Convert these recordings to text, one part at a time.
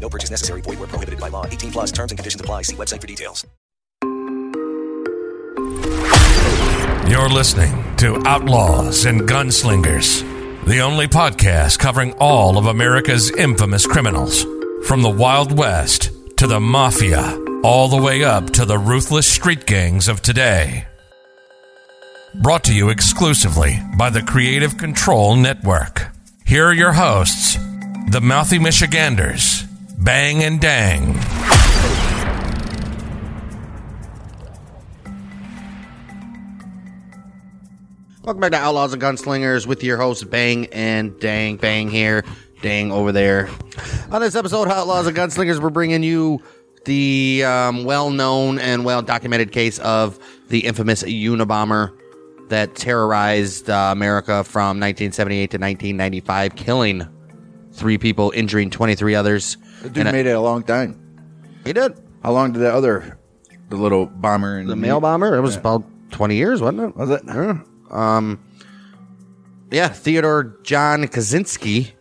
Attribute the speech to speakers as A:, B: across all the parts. A: No purchase necessary. Void where prohibited by law. 18 plus terms and conditions apply. See website for details.
B: You're listening to Outlaws and Gunslingers, the only podcast covering all of America's infamous criminals. From the Wild West to the Mafia, all the way up to the ruthless street gangs of today. Brought to you exclusively by the Creative Control Network. Here are your hosts, the Mouthy Michiganders, Bang and Dang.
C: Welcome back to Outlaws and Gunslingers with your hosts Bang and Dang. Bang here, Dang over there. On this episode, of Outlaws and Gunslingers, we're bringing you the um, well-known and well-documented case of the infamous Unabomber that terrorized uh, America from 1978 to 1995, killing three people, injuring 23 others.
D: That dude
C: And, uh,
D: made it a long time.
C: He did.
D: How long did that other, the little bomber and
C: The mail bomber. It was about 20 years, wasn't it?
D: Was it?
C: Yeah. Um, yeah, Theodore John Kaczynski,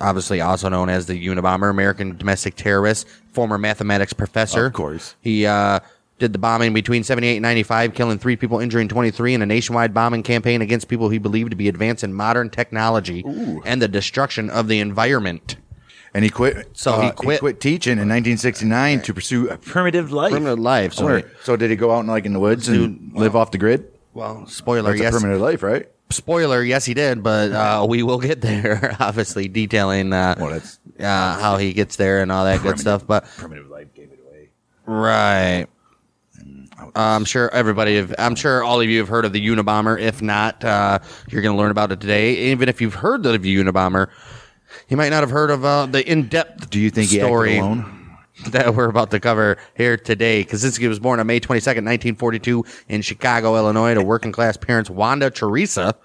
C: obviously also known as the Unabomber, American domestic terrorist, former mathematics professor.
D: Of course.
C: He uh, did the bombing between 78 and 95, killing three people, injuring 23, in a nationwide bombing campaign against people he believed to be advanced in modern technology and the destruction of the environment.
D: And he quit.
C: So he quit.
D: teaching in 1969 to pursue a primitive life.
C: Primitive life,
D: I
C: so-
D: wonder- So, did he go out in like in the woods and live off the grid?
C: Well, spoiler,
D: That's
C: yes.
D: a primitive life, right?
C: spoiler, yes, he did, but uh, we will get there, obviously, detailing uh,
D: Well, that's-
C: uh, how he gets there and all that good stuff. But
D: Primitive life gave it away.
C: right,
D: Mm,
C: I'm sure everybody, have, I'm sure all of you have heard of the Unabomber. If not, uh, you're going to learn about it today. Even if you've heard of the Unabomber, you might not have heard of uh, the in-depth.
D: Do you think he
C: story?
D: acted alone?
C: that we're about to cover here today. Kaczynski was born on May 22nd, 1942, in Chicago, Illinois, to working class parents Wanda Teresa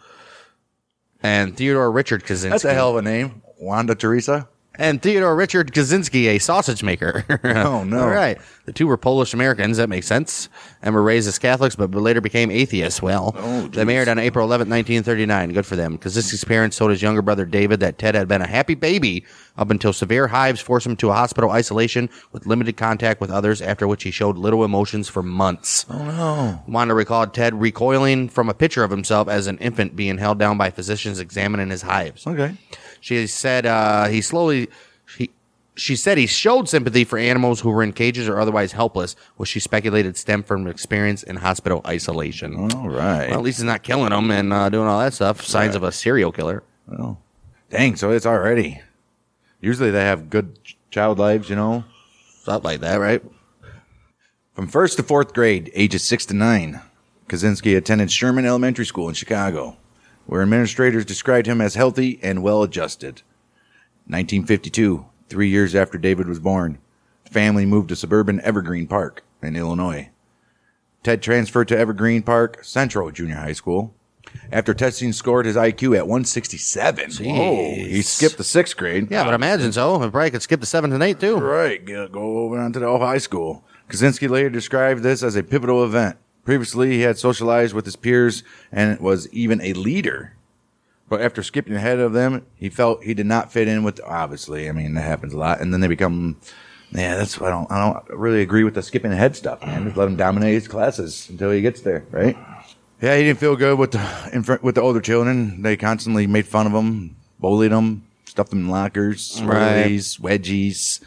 C: and Theodore Richard Kaczynski.
D: That's a hell of a name, Wanda Teresa.
C: And Theodore Richard Kaczynski, a sausage maker.
D: Oh, no.
C: All right. The two were Polish Americans. That makes sense. And were raised as Catholics, but later became atheists. Well, they married on April 11, 1939. Good for them. Kaczynski's parents told his younger brother David that Ted had been a happy baby up until severe hives forced him to a hospital isolation with limited contact with others, after which he showed little emotions for months. Oh, no. Wanda recalled Ted recoiling from a picture of himself as an infant being held down by physicians examining his hives.
D: Okay.
C: She said uh, he slowly he. She said he showed sympathy for animals who were in cages or otherwise helpless, which she speculated stemmed from experience in hospital isolation.
D: All right.
C: Well, at least he's not killing them and uh, doing all that stuff. Signs of a serial killer.
D: Dang, so it's already. Usually they have good ch- child lives, you know,
C: Stuff like that, right?
D: From first to fourth grade, ages six to nine, Kaczynski attended Sherman Elementary School in Chicago, where administrators described him as healthy and well adjusted. 1952, three years after David was born, the family moved to suburban Evergreen Park in Illinois. Ted transferred to Evergreen Park Central Junior High School. After testing scored his IQ at 167. Whoa, he skipped the sixth grade.
C: Yeah, but imagine so. I probably could skip the seventh and eighth too.
D: Right, go go over on to the high school. Kaczynski later described this as a pivotal event. Previously, he had socialized with his peers and was even a leader. But after skipping ahead of them, he felt he did not fit in with. Obviously, I mean that happens a lot, and then they become. Yeah, that's why I don't. I don't really agree with the skipping ahead stuff, man. Just let him dominate his classes until he gets there, right? Yeah, he didn't feel good with the in front, with the older children. They constantly made fun of him, bullied him, stuffed him in lockers,
C: Right.
D: squirrelies, wedgies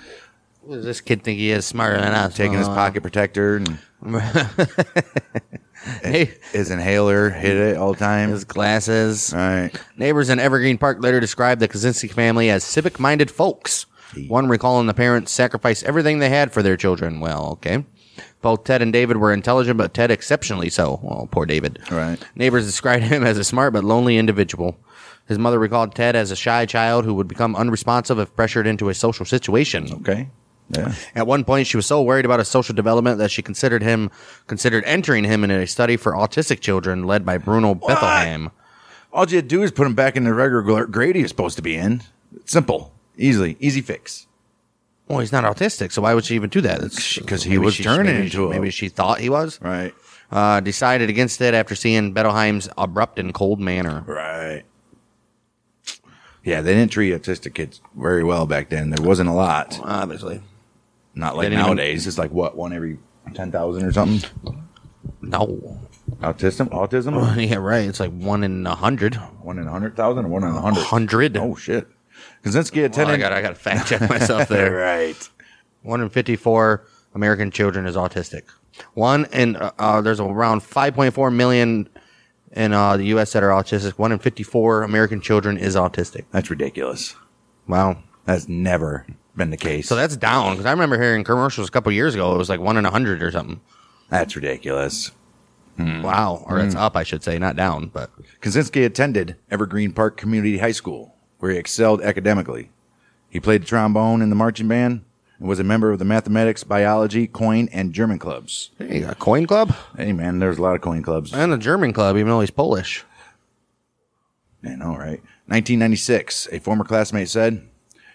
C: What does this kid think he is smarter than us?
D: taking his
C: Uh,
D: pocket protector and
C: hey,
D: his inhaler, hit it all the time.
C: his glasses.
D: all right.
C: Neighbors in Evergreen Park later described the Kaczynski family as civic minded folks. One recalling the parents sacrificed everything they had for their children. Well, okay. Both Ted and David were intelligent, but Ted exceptionally so. Well, poor David.
D: Right.
C: Neighbors described him as a smart but lonely individual. His mother recalled Ted as a shy child who would become unresponsive if pressured into a social situation.
D: Okay. Yeah.
C: At one point, she was so worried about his social development that she considered him considered entering him in a study for autistic children led by Bruno Bethlehem.
D: All you had to do is put him back in the regular grade he was supposed to be in. Simple, easily, easy fix.
C: Well, he's not autistic, so why would she even do that? That's-
D: 'Cause he
C: maybe
D: was turning
C: maybe
D: into a-
C: Maybe she thought he was.
D: Right.
C: Uh, decided against it after seeing Bettelheim's abrupt and cold manner.
D: Right. Yeah, they didn't treat autistic kids very well back then. There wasn't a lot.
C: Obviously.
D: Not
C: They
D: like
C: didn't even-
D: nowadays. It's like what one every ten thousand or something.
C: No.
D: Autism, autism,
C: Oh, Yeah, right. It's like one in a hundred.
D: one in a hundred thousand or one in a hundred.
C: Hundred.
D: Oh shit. Kaczynski
C: Well, I
D: attended.
C: got I got to fact check myself there.
D: right.
C: One in fifty-four American children is autistic. One in uh, uh, there's around five point four million in uh, the U.S. that are autistic. One in fifty-four American children is autistic.
D: That's ridiculous.
C: Wow.
D: That's never been the case.
C: So that's down because I remember hearing commercials a couple years ago. It was like one in a hundred or something.
D: that's ridiculous.
C: Wow, or it's up, I should say, not down. But
D: Kaczynski attended Evergreen Park Community High School, where he excelled academically. He played the trombone in the marching band and was a member of the mathematics, biology, coin, and German clubs.
C: hey, a coin club
D: Hey, man, there's a lot of coin clubs.
C: and a German club, even though he's Polish.
D: Man, all right. 1996, a former classmate said,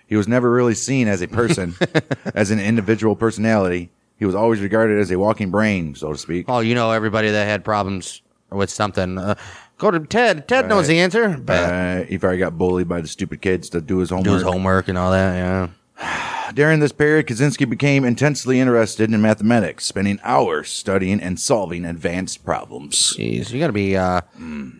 D: he was never really seen as a person, as an individual personality. He was always regarded as a walking brain, so to speak.
C: Oh, you know everybody that had problems with something. Uh, go to Ted. Ted knows the answer. But
D: Uh, he probably got bullied by the stupid kids to do his homework.
C: do his homework and all that. Yeah.
D: During this period, Kaczynski became intensely interested in mathematics, spending hours studying and solving advanced problems.
C: Jeez, you got to be. Uh,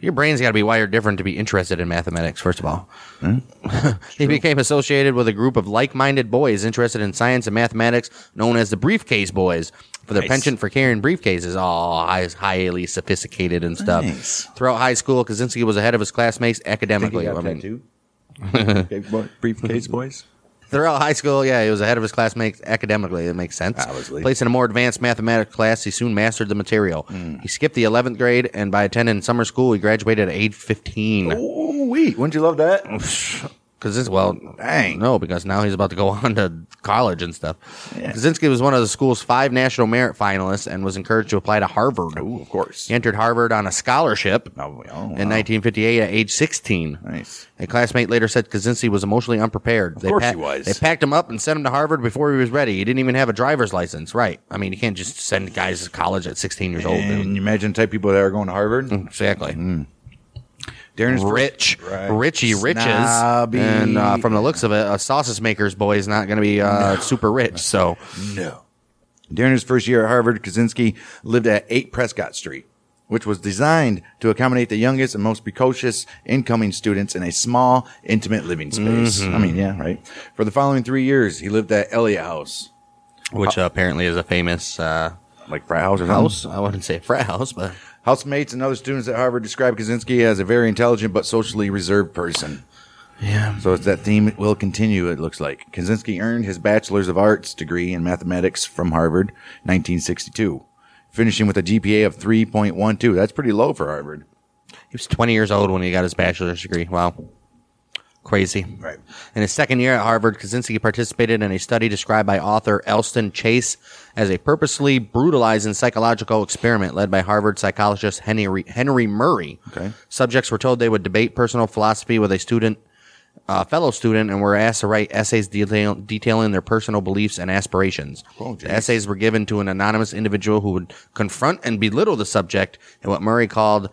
C: Your brain's got to be wired different to be interested in mathematics. First of all,
D: Hmm?
C: he became associated with a group of like-minded boys interested in science and mathematics, known as the Briefcase Boys, for their
D: Nice.
C: penchant for carrying briefcases, all high, highly sophisticated and stuff.
D: Nice.
C: Throughout high school, Kaczynski was ahead of his classmates academically. I mean,
D: briefcase boys.
C: Throughout high school, yeah, he was ahead of his classmates academically. That makes sense.
D: Obviously.
C: Placed in a more advanced mathematics class, he soon mastered the material.
D: Hmm.
C: He skipped the 11th grade, and by attending summer school, he graduated at age 15.
D: Oh wait, wouldn't you love that? Oh,
C: Because this, well,
D: Dang.
C: no, because now he's about to go on to college and stuff.
D: Yeah.
C: Kaczynski was one of the school's five national merit finalists and was encouraged to apply to Harvard.
D: Ooh, of course.
C: He entered Harvard on a scholarship
D: Oh, oh,
C: in
D: wow.
C: 1958 at age 16.
D: Nice.
C: A classmate later said Kaczynski was emotionally unprepared. Of they
D: course he was.
C: They packed him up and sent him to Harvard before he was ready. He didn't even have a driver's license. Right. I mean, you can't just send guys to college at 16 years old.
D: And you imagine the type of people that are going to Harvard?
C: Exactly.
D: Darren is
C: Mm-hmm. Rich,
D: Right.
C: Richie Riches,
D: Snobby.
C: and uh, from the looks of it, a sausage maker's boy is not going to be uh, super rich. So
D: No. During his first year at Harvard, Kaczynski lived at 8 Prescott Street, which was designed to accommodate the youngest and most precocious incoming students in a small, intimate living space. I mean, yeah, right. For the following three years, he lived at Elliott House,
C: which uh, apparently is a famous uh,
D: like frat house or something.
C: house. I wouldn't say frat house, but
D: Housemates and other students at Harvard describe Kaczynski as a very intelligent but socially reserved person.
C: yeah,
D: So it's that theme will continue, it looks like. Kaczynski earned his Bachelor's of Arts degree in mathematics from Harvard, 1962, finishing with a GPA of 3.12. That's pretty low for Harvard.
C: he was 20 years old when he got his bachelor's degree. Wow, crazy.
D: Right.
C: In his second year at Harvard, Kaczynski participated in a study described by author Elston Chase as a purposely brutalizing psychological experiment led by Harvard psychologist Henry, Henry Murray.
D: Okay.
C: Subjects were told they would debate personal philosophy with a student, uh, fellow student, and were asked to write essays detail, detailing their personal beliefs and aspirations.
D: Oh,
C: the essays were given to an anonymous individual who would confront and belittle the subject in what Murray called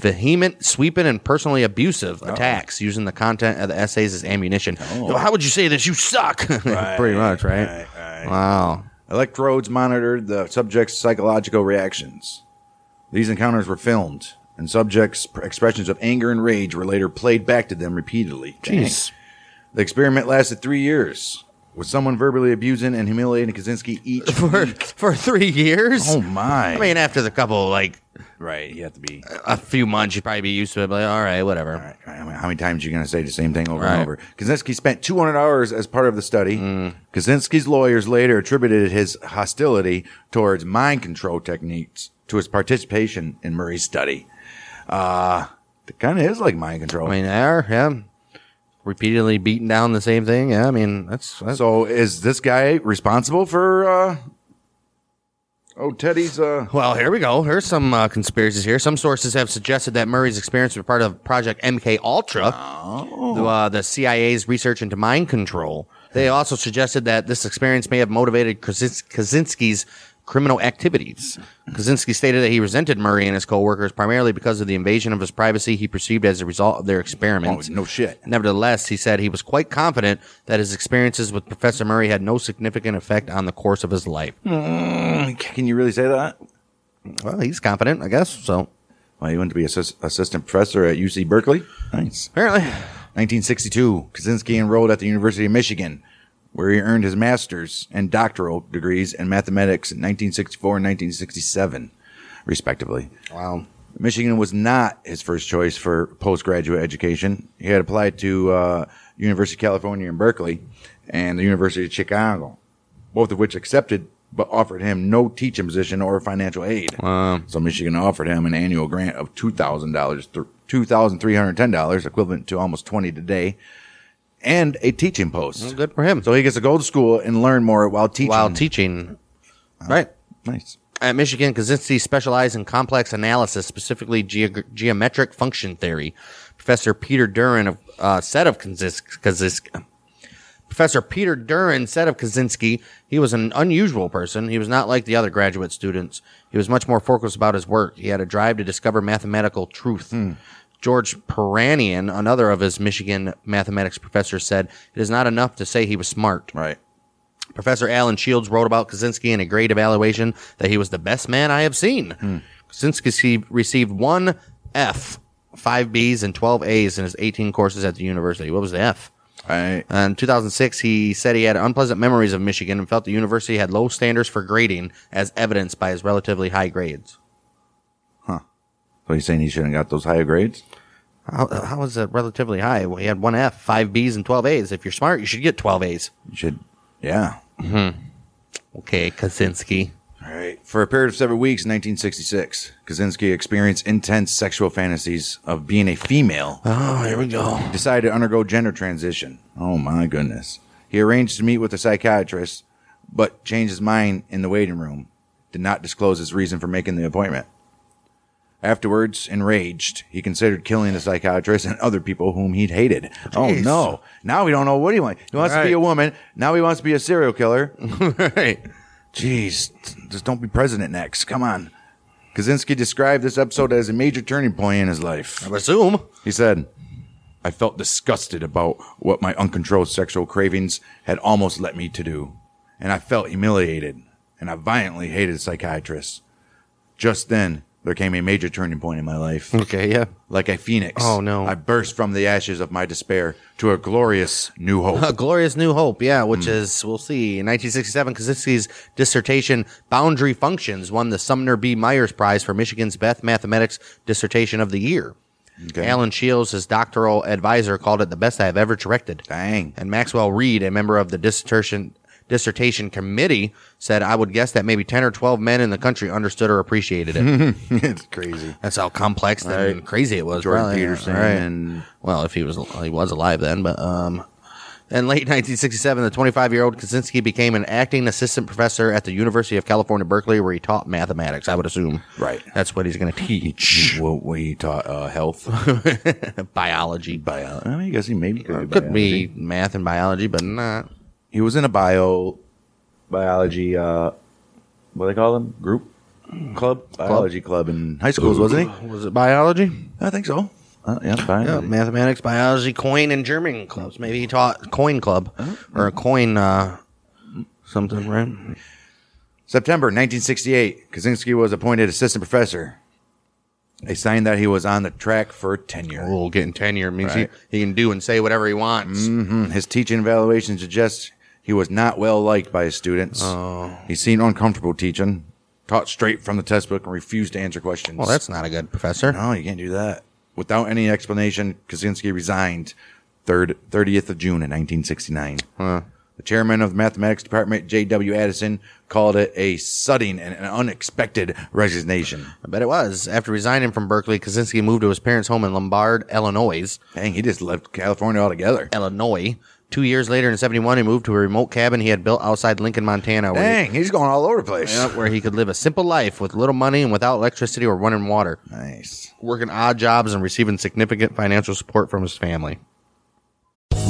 C: vehement, sweeping, and personally abusive attacks using the content of the essays as ammunition.
D: Oh.
C: Yo, how would you say this? You suck. Pretty much, right? Wow.
D: Electrodes monitored the subject's psychological reactions. These encounters were filmed, and subjects' expressions of anger and rage were later played back to them repeatedly. Dang. The experiment lasted three years. with someone verbally abusing and humiliating Kaczynski each
C: for
D: week.
C: for three years.
D: Oh my!
C: I mean, after the couple like
D: right? You have to be.
C: a few months, you'd probably be used to it. But like, all right, whatever.
D: All right, all right, I mean, how many times are you going to say the same thing over and
C: Right. Mm.
D: over? Kaczynski spent 200 hours as part of the study. Kaczynski's lawyers later attributed his hostility towards mind control techniques to his participation in Murray's study. Uh, it kind of is like mind control.
C: I mean, yeah, yeah. Repeatedly beating down the same thing. Yeah, I mean, that's, that's
D: so is this guy responsible for, uh, oh, Teddy's, uh,
C: Well, here we go. Here's some uh, conspiracies here. Some sources have suggested that Murray's experience was part of Project MK Ultra,
D: Oh.
C: the, uh, the CIA's research into mind control. They also suggested that this experience may have motivated Kazins- Kaczynski's criminal activities. Kaczynski stated that he resented Murray and his coworkers primarily because of the invasion of his privacy he perceived as a result of their
D: oh,
C: experiments.
D: no shit.
C: Nevertheless, he said he was quite confident that his experiences with Professor Murray had no significant effect on the course of his life.
D: Hmm. Can you really say that?
C: Well, he's confident, I guess. So
D: Well, he went to be assist- assistant professor at UC Berkeley. Nice.
C: apparently,
D: 1962, Kaczynski enrolled at the University of Michigan, where he earned his master's and doctoral degrees in mathematics in 1964 and 1967, respectively.
C: wow.
D: Michigan was not his first choice for postgraduate education. He had applied to uh, University of California in Berkeley and the University of Chicago, both of which accepted but offered him no teaching position or financial aid. So Michigan offered him an annual grant of two thousand dollars, two thousand three hundred ten dollars, equivalent to almost twenty today, and a teaching post.
C: Well, good for him.
D: So he gets to go to school and learn more while teaching.
C: While teaching, right
D: nice.
C: at Michigan, Kaczynski specialized in complex analysis, specifically geog- geometric function theory. Professor Peter Duran of uh, said of Kaczynski. Kaczynski Professor Peter Duran said of Kaczynski, he was an unusual person. He was not like the other graduate students. He was much more focused about his work. He had a drive to discover mathematical truth. George Peranian, another of his Michigan mathematics professors, said, It is not enough to say he was smart.
D: Right.
C: Professor Alan Shields wrote about Kaczynski in a great evaluation that he was the best man I have seen. Kaczynski se- received one F, five Bs, and 12 As in his 18 courses at the university. What was the F?
D: I
C: Uh, In 2006, he said he had unpleasant memories of Michigan and felt the university had low standards for grading, as evidenced by his relatively high grades.
D: so he's saying he shouldn't have got those higher grades.
C: How, how is that relatively high? Well, he had one F, five Bs, and 12 As. If you're smart, you should get 12 As.
D: You should. Yeah.
C: Okay, Kaczynski.
D: All right. For a period of several weeks in 1966, Kaczynski experienced intense sexual fantasies of being a female.
C: Oh, here we go.
D: He decided to undergo gender transition. Oh my goodness. He arranged to meet with a psychiatrist, but changed his mind in the waiting room. Did not disclose his reason for making the appointment. Afterwards, enraged, he considered killing the psychiatrist and other people whom he'd hated. Oh
C: Jeez.
D: no. Now we don't know what he wants. He wants to be
C: Right.
D: a woman. Now he wants to be a serial killer.
C: right.
D: Jeez, just don't be president next. Come on. Kaczynski described this episode as a major turning point in his life.
C: I assume.
D: He said, I felt disgusted about what my uncontrolled sexual cravings had almost led me to do. And I felt humiliated. And I violently hated psychiatrists. Just then, there came a major turning point in my life.
C: Okay, yeah.
D: Like a phoenix.
C: Oh, no.
D: I burst from the ashes of my despair to a glorious new hope. Hmm.
C: A Glorious New Hope, yeah, which is, we'll see, in 1967, Kaczynski's dissertation, Boundary Functions, won the Sumner B. Myers Prize for Michigan's Best Mathematics Dissertation of the Year. Alan Shields, his doctoral advisor, called it the best I have ever directed.
D: Dang.
C: And Maxwell Reed, a member of the dissertation dissertation committee, said, I would guess that maybe 10 or 12 men in the country understood or appreciated it.
D: it's crazy.
C: That's how complex and crazy it was.
D: Jordan
C: probably.
D: Peterson
C: Right.
D: and
C: Well, if he was he was alive then, but um, in late 1967, the 25 year old Kaczynski became an acting assistant professor at the University of California, Berkeley, where he taught mathematics. I would assume,
D: Right.
C: That's what he's going to teach
D: what we taught uh, health.
C: biology.
D: bio. I mean, I guess he maybe could,
C: Could
D: be
C: be math and biology, but not
D: He was in a bio, biology. Uh, what do they call them? Group, club, biology club in high schools, wasn't he?
C: was it biology?
D: I think so. Uh, yeah,
C: Yeah,
D: biology.
C: mathematics, biology, coin, and German clubs. Maybe he taught coin club or a coin uh, something, right?
D: September 1968, Kaczynski was appointed assistant professor. A sign that he was on the track for tenure.
C: Rule getting tenure means
D: Right.
C: he, he can do and say whatever he wants.
D: His teaching evaluation suggests
E: He was not well liked by his students.
C: Oh.
E: He seemed uncomfortable teaching, taught straight from the textbook, and refused to answer questions.
C: Well, that's not a good professor.
E: No, you can't do that. Without any explanation, Kaczynski resigned third, 30th of June in 1969. The chairman of the mathematics department, J.W. Addison, called it a sudden and an unexpected resignation.
C: I bet it was. After resigning from Berkeley, Kaczynski moved to his parents' home in Lombard, Illinois.
E: Dang, he just left California altogether.
C: Illinois. Two years later, in '71, he moved to a remote cabin he had built outside Lincoln, Montana, where,
E: Dang, he's going all over the place.
C: He, where he could live a simple life with little money and without electricity or running water,
E: Nice.
C: working odd jobs and receiving significant financial support from his family.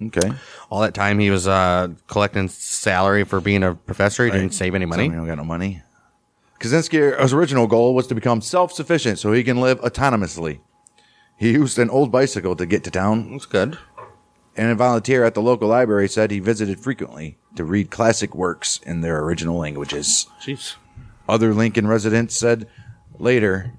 E: Okay.
C: All that time, he was uh, collecting salary for being a professor. He didn't save any money.
E: So we don't got no money. Kaczynski's original goal was to become self sufficient so he can live autonomously. He used an old bicycle to get to town. That's good. And a volunteer at the local library said he visited frequently to read classic works in their original languages.
C: Jeez.
E: Other Lincoln residents said later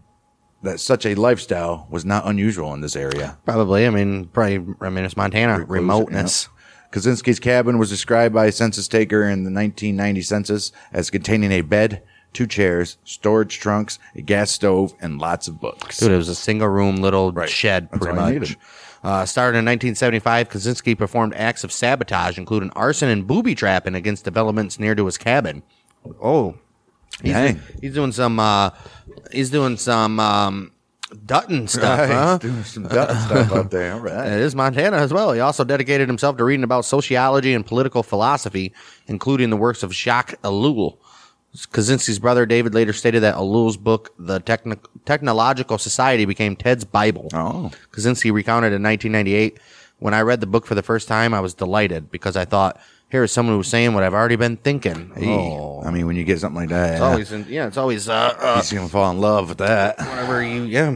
E: that such a lifestyle was not unusual in this area.
C: Probably. I mean, probably. I mean, it's Montana. Remoteness.
E: Yeah. Kaczynski's cabin was described by a census taker in the 1990 census as containing a bed, two chairs, storage trunks, a gas stove, and lots of books.
C: Dude, it was a single room little
E: Right.
C: shed,
E: That's
C: pretty
E: all I
C: much.
E: needed.
C: Uh, started in 1975, Kaczynski performed acts of sabotage, including arson and booby trapping against developments near to his cabin. Oh, he's,
E: Dang.
C: he's doing some. Uh, he's doing some um, Dutton stuff,
E: Right,
C: huh?
E: doing some Dutton stuff up there. All right.
C: It is Montana as well. He also dedicated himself to reading about sociology and political philosophy, including the works of Jacques Ellul. Kaczynski's brother David later stated that Ellul's book, The Techno- Technological Society, became Ted's Bible.
E: Oh.
C: Kaczynski recounted in 1998 When I read the book for the first time, I was delighted because I thought, here is someone who's saying what I've already been thinking.
E: Oh. I mean, when you get something like that,
C: It's always, in, yeah, it's always, uh,
E: he's gonna fall in love with that.
C: uh, whatever you, yeah.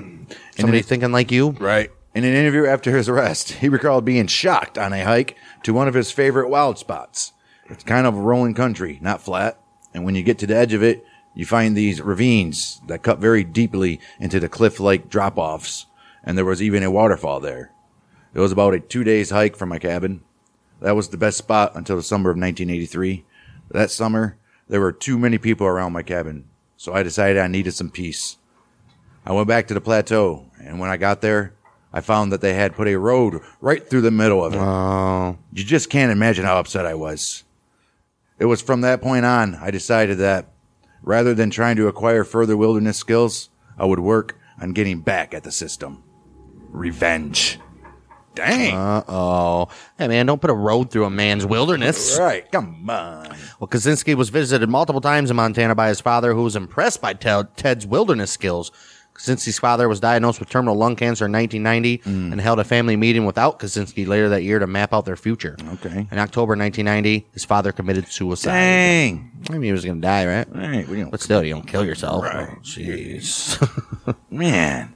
C: Somebody
E: it-
C: thinking like you.
E: Right. In an interview after his arrest, he recalled being shocked on a hike to one of his favorite wild spots. It's kind of a rolling country, not flat. And when you get to the edge of it, you find these ravines that cut very deeply into the cliff like drop offs. And there was even a waterfall there. It was about a two days hike from my cabin. That was the best spot until the summer of 1983. That summer, there were too many people around my cabin. So I decided I needed some peace. I went back to the plateau, and when I got there, I found that they had put a road right through the middle of it. You just can't imagine how upset I was. It was from that point on I decided that rather than trying to acquire further wilderness skills, I would work on getting back at the system. Revenge. Dang.
C: Oh, hey man, don't put a road through a man's wilderness.
E: right. Come on.
C: Well, Kaczynski was visited multiple times in Montana by his father, who was impressed by Ted, Ted's wilderness skills. Kaczynski's father was diagnosed with terminal lung cancer in 1990
E: Mm.
C: and held a family meeting without Kaczynski later that year to map out their future.
E: Okay.
C: In October 1990, his father committed suicide.
E: Dang.
C: I mean, he was going to die, right?
E: Right. We don't
C: But still, you don't kill yourself.
E: Right.
C: Oh, Jeez.
E: Man.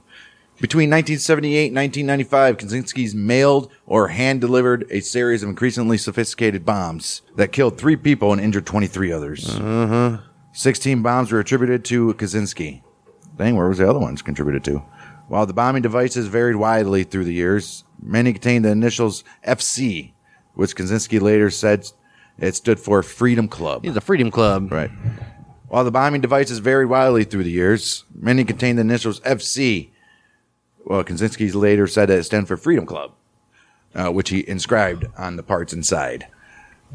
E: Between 1978 and 1995, Kaczynski's mailed or hand delivered a series of increasingly sophisticated bombs that killed three people and injured 23 others. 16 bombs were attributed to Kaczynski. Dang, where was the other ones contributed to? While the bombing devices varied widely through the years, many contained the initials FC, which Kaczynski later said it stood for Freedom Club.
C: He's a Freedom Club.
E: Right. While the bombing devices varied widely through the years, many contained the initials FC. Well, Kaczynski later said that it stands for Freedom Club, uh, which he inscribed on the parts inside.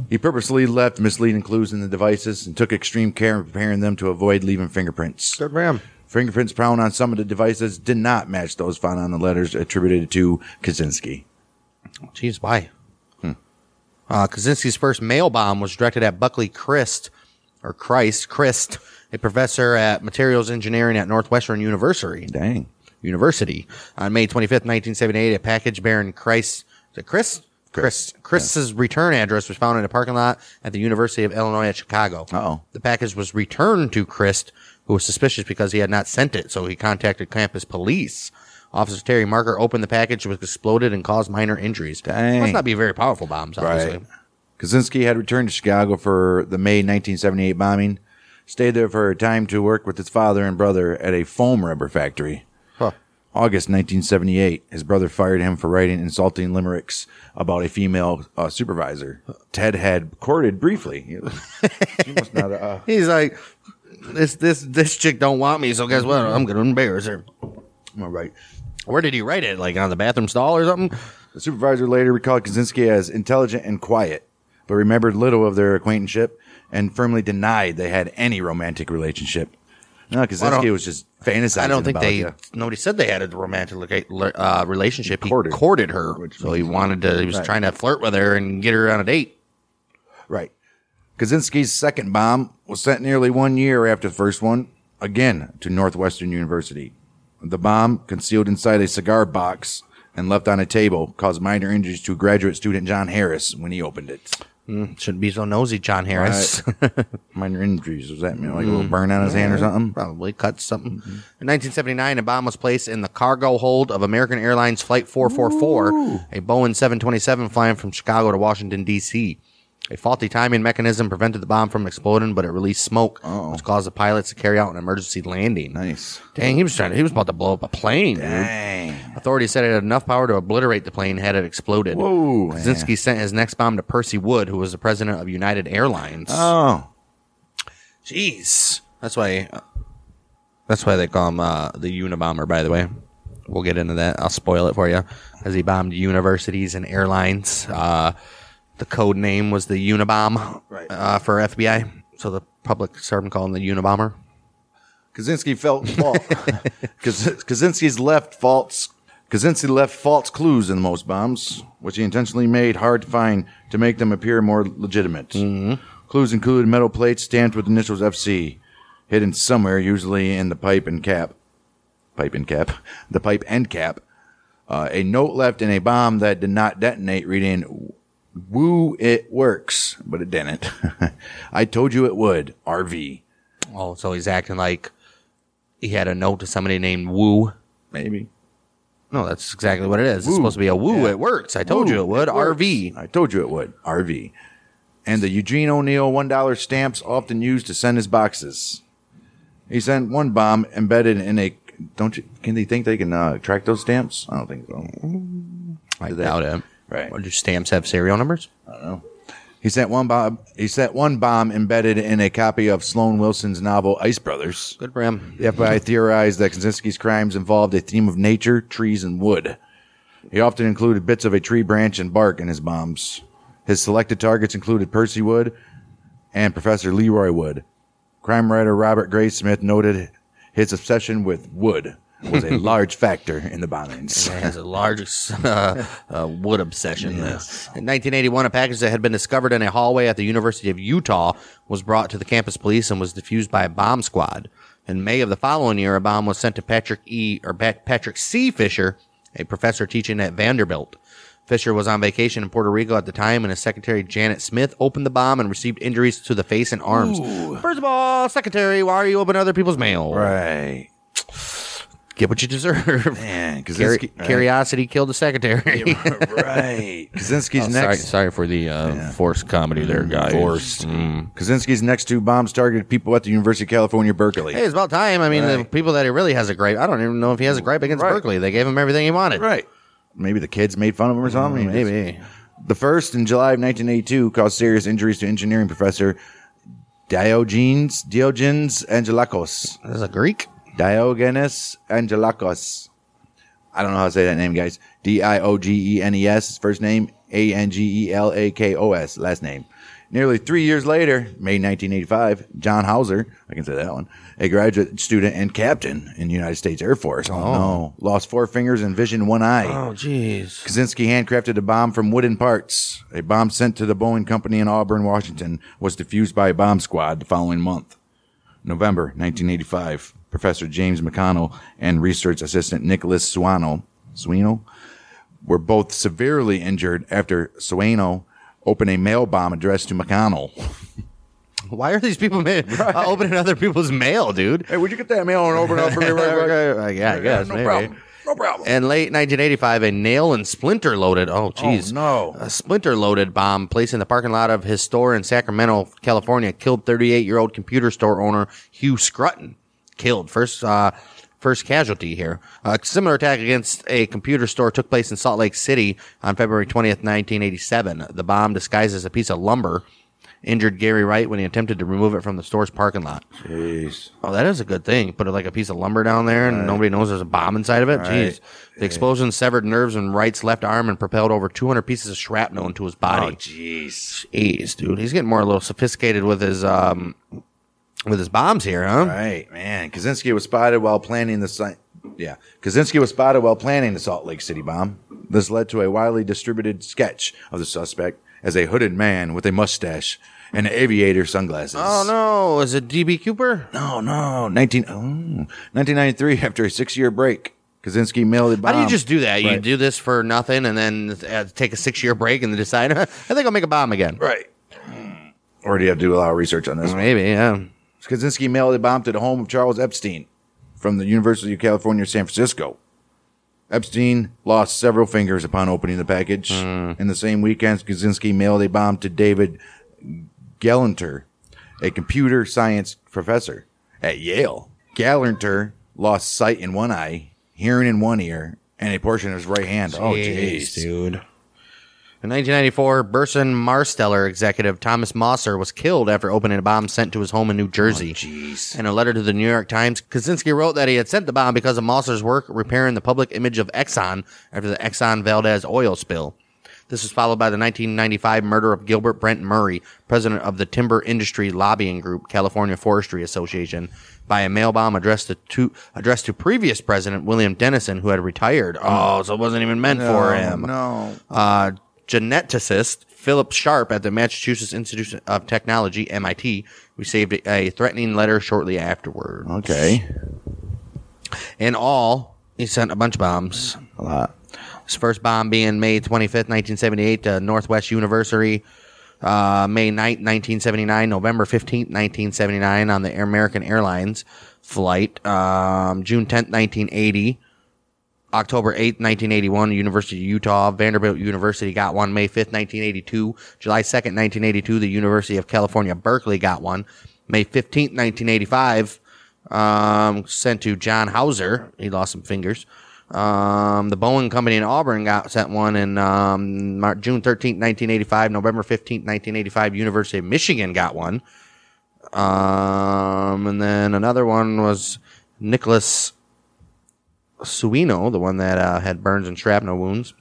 E: He purposely left misleading clues in the devices and took extreme care in preparing them to avoid leaving fingerprints.
C: Good for him.
E: Fingerprints found on some of the devices did not match those found on the letters attributed to Kaczynski.
C: Jeez, why? Uh, Kaczynski's first mail bomb was directed at Buckley Christ, or Christ Christ, a professor at materials engineering at Northwestern University.
E: Dang.
C: University on May 25th, 1978, a package bearing Christ the Christ Chris. Chris's return address was found in a parking lot at the University of Illinois at Chicago. Oh. The package was returned to Chris, who was suspicious because he had not sent it, so he contacted campus police. Officer Terry Marker opened the package, which exploded and caused minor injuries. Must not be very powerful bombs, obviously.
E: Right. Kaczynski had returned to Chicago for the May 1978 bombing, stayed there for a time to work with his father and brother at a foam rubber factory. August 1978, his brother fired him for writing insulting limericks about a female uh, supervisor. Ted had courted briefly. He was- she must not, uh,
C: He's like, this this this chick don't want me, so guess what? I'm gonna embarrass her.
E: All right.
C: Where did he write it? Like on the bathroom stall or something?
E: The supervisor later recalled Kaczynski as intelligent and quiet, but remembered little of their acquaintanceship and firmly denied they had any romantic relationship. No,
C: Well, I
E: Kaczynski
C: don't-
E: was just fantasizing.
C: I don't think
E: about
C: they.
E: you.
C: Nobody said they had a romantic loca- uh, relationship. He courted, her, so he wanted to. He was
E: Right.
C: trying to flirt with her and get her on a date.
E: Right. Kaczynski's second bomb was sent nearly one year after the first one, again to Northwestern University. The bomb, concealed inside a cigar box and left on a table, caused minor injuries to graduate student John Harris when he opened it.
C: Mm, shouldn't be so nosy, John Harris.
E: Right. minor injuries. Was that mean, like a little
C: Mm.
E: burn on his hand or
C: Yeah,
E: something?
C: Probably cut something.
E: Mm-hmm.
C: In 1979, a bomb was placed in the cargo hold of American Airlines Flight 444, a Boeing 727 flying from Chicago to Washington, D.C. A faulty timing mechanism prevented the bomb from exploding, but it released smoke, which caused the pilots to carry out an emergency landing.
E: Nice.
C: Dang, he was trying. To, he was about to blow up a plane.
E: Dang.
C: Dude. Authorities said it had enough power to obliterate the plane had it exploded.
E: Whoa.
C: Kaczynski sent his next bomb to Percy Wood, who was the president of United Airlines.
E: Oh.
C: Jeez. Uh, That's why. uh, That's why they call him uh, the Unabomber. By the way, we'll get into that. I'll spoil it for you, as he bombed universities and airlines. Uh, the code name was the Unabomb uh, for FBI, so the public started calling him the Unabomber.
E: Kaczynski felt fault. Kaz- Kaczynski's left faults. Kaczynski left false clues in most bombs, which he intentionally made hard to find to make them appear more legitimate. Clues included metal plates stamped with initials FC, hidden somewhere, usually in the pipe and cap. Pipe and cap. The pipe and cap. Uh, a note left in a bomb that did not detonate, reading, Woo, it works, but it didn't. I told you it would, RV.
C: Oh, so he's acting like he had a note to somebody named Woo.
E: Maybe.
C: No, that's exactly what it is. It's supposed to be a Woo. It works. I told
E: Woo,
C: you it would.
E: works.
C: RV.
E: I told you it would. RV. And the Eugene O'Neill $1 stamps often used to send his boxes. He sent one bomb embedded in a. Don't you? Can they think they can uh, track those stamps? I don't think so.
C: I doubt it.
E: Right.
C: Would your stamps have serial numbers?
E: I don't know. He sent one bomb. He sent one bomb embedded in a copy of Sloan Wilson's novel Ice Brothers.
C: Good for him.
E: The FBI theorized that Kaczynski's crimes involved a theme of nature, trees, and wood. He often included bits of a tree branch and bark in his bombs. His selected targets included Percy Wood and Professor Leroy Wood. Crime writer Robert Gray Smith noted his obsession with wood was a large factor in the bombings.
C: It has a large uh, uh, wood obsession. In 1981, a package that had been discovered in a hallway at the University of Utah was brought to the campus police and was defused by a bomb squad. In May of the following year, a bomb was sent to Patrick E. or Pat- Patrick C. Fisher, a professor teaching at Vanderbilt. Fisher was on vacation in Puerto Rico at the time, and his secretary Janet Smith opened the bomb and received injuries to the face and arms. First of all, secretary, why are you opening other people's mail?
E: Right.
C: Get what you deserve.
E: Man, Kaczynski-
C: Curi-
E: right.
C: curiosity killed the secretary.
E: right. Kaczynski's
C: Oh,
E: next. Mm,
C: Sorry, sorry for the uh, forced comedy there, guys. Mm.
E: Forced. Kaczynski's next two bombs targeted people at the University of California, Berkeley.
C: Hey, it's about time. I mean, the people that he really has a gripe. I don't even know if he has a gripe against Berkeley. They gave him everything he wanted.
E: Right. Maybe the kids made fun of him or something.
C: Mm,
E: He just-
C: maybe.
E: The first in July of 1982 caused serious injuries to engineering professor Diogenes Diogenes Angelakos.
C: That's a Greek.
E: Diogenes Angelakos. I don't know how to say that name, guys. D I O G E N E S, his first name, A N G E L A K O S, last name. Nearly three years later, May 1985, John Hauser, I can say that one, a graduate student and captain in the United States Air Force. Oh, no. Lost four fingers and vision one eye.
C: Oh, jeez.
E: Kaczynski handcrafted a bomb from wooden parts. A bomb sent to the Boeing Company in Auburn, Washington, was defused by a bomb squad the following month. November 1985, Professor James McConnell and research assistant Nicholas Suano, Suino were both severely injured after Sueno opened a mail bomb addressed to McConnell.
C: Why are these people ma- uh, opening other people's mail, dude?
E: Hey, would you get that mail and open it up for me real quick?
C: yeah, I guess.
E: no
C: maybe.
E: problem. No problem.
C: In late 1985, a nail and splinter loaded, oh, geez.
E: no.
C: A splinter loaded bomb placed in the parking lot of his store in Sacramento, California, killed 38 year old computer store owner Hugh Scrutton. Killed. First, uh, first casualty here. A similar attack against a computer store took place in Salt Lake City on February 20th, 1987. The bomb, disguised as a piece of lumber, injured Gary Wright when he attempted to remove it from the store's parking lot.
E: Jeez.
C: Oh, that is a good thing. Put it like a piece of lumber down there, and nobody knows there's a bomb inside of it. Jeez. The explosion severed nerves in Wright's left arm and propelled over 200 pieces of shrapnel into his body.
E: Oh, Jeez.
C: Jeez, dude, he's getting more a little sophisticated with his um with his bombs here, huh?
E: Right, man. Kaczynski was spotted while planning the si- yeah. Kaczynski was spotted while planning the Salt Lake City bomb. This led to a widely distributed sketch of the suspect as a hooded man with a mustache and aviator sunglasses.
C: Oh no, is it DB Cooper?
E: no, no, 19, oh, 1993. After a six-year break, Kaczynski mailed the bomb.
C: How do you just do that? You
E: Um, Right.
C: do this for nothing, and then uh, take a six year break, and then decide I think I'll make a bomb again.
E: right? Hmm. Or do you have to do a lot of research on this? one?
C: Maybe, yeah.
E: Kaczynski mailed a bomb to the home of Charles Epstein from the University of California, San Francisco. Epstein lost several fingers upon opening the package. In the same weekend, Kaczynski mailed a bomb to David Gallanter, a computer science professor at Yale. Gallanter lost sight in one eye, hearing in one ear, and a portion of his right hand. oh, jeez,
C: dude. In 1994, Burson Marsteller executive Thomas Mosser was killed after opening a bomb sent to his home in New Jersey. Oh, Jeez. in a letter to the New York Times, Kaczynski wrote that he had sent the bomb because of Mosser's work repairing the public image of Exxon after the Exxon Valdez oil spill. This was followed by the 1995 murder of Gilbert Brent Murray, president of the Timber Industry Lobbying Group, California Forestry Association, by a mail bomb addressed to, to addressed to previous president William Dennison, who had retired. Oh, so it wasn't even meant for him.
E: Oh, No.
C: Uh, geneticist Philip Sharp at the Massachusetts Institute of Technology (MIT) received a threatening letter shortly afterward.
E: Okay.
C: In all, he sent a bunch of bombs.
E: A lot.
C: His first bomb being May 25th, 1978, to uh, Northwest University. Uh, May 9th, 1979, November 15th, 1979, on the American Airlines flight. Um, June 10th, 1980. October 8th, 1981, University of Utah. Vanderbilt University got one. May 5th, 1982. July 2nd, 1982, the University of California, Berkeley got one. May 15th, 1985, um, sent to John Hauser. He lost some fingers. Um, the Boeing Company in Auburn got sent one in um, Mar- June 13th, 1985. November 15th, 1985, University of Michigan got one. Um, and then another one was Nicholas Suino, the one that uh, had burns and shrapnel wounds.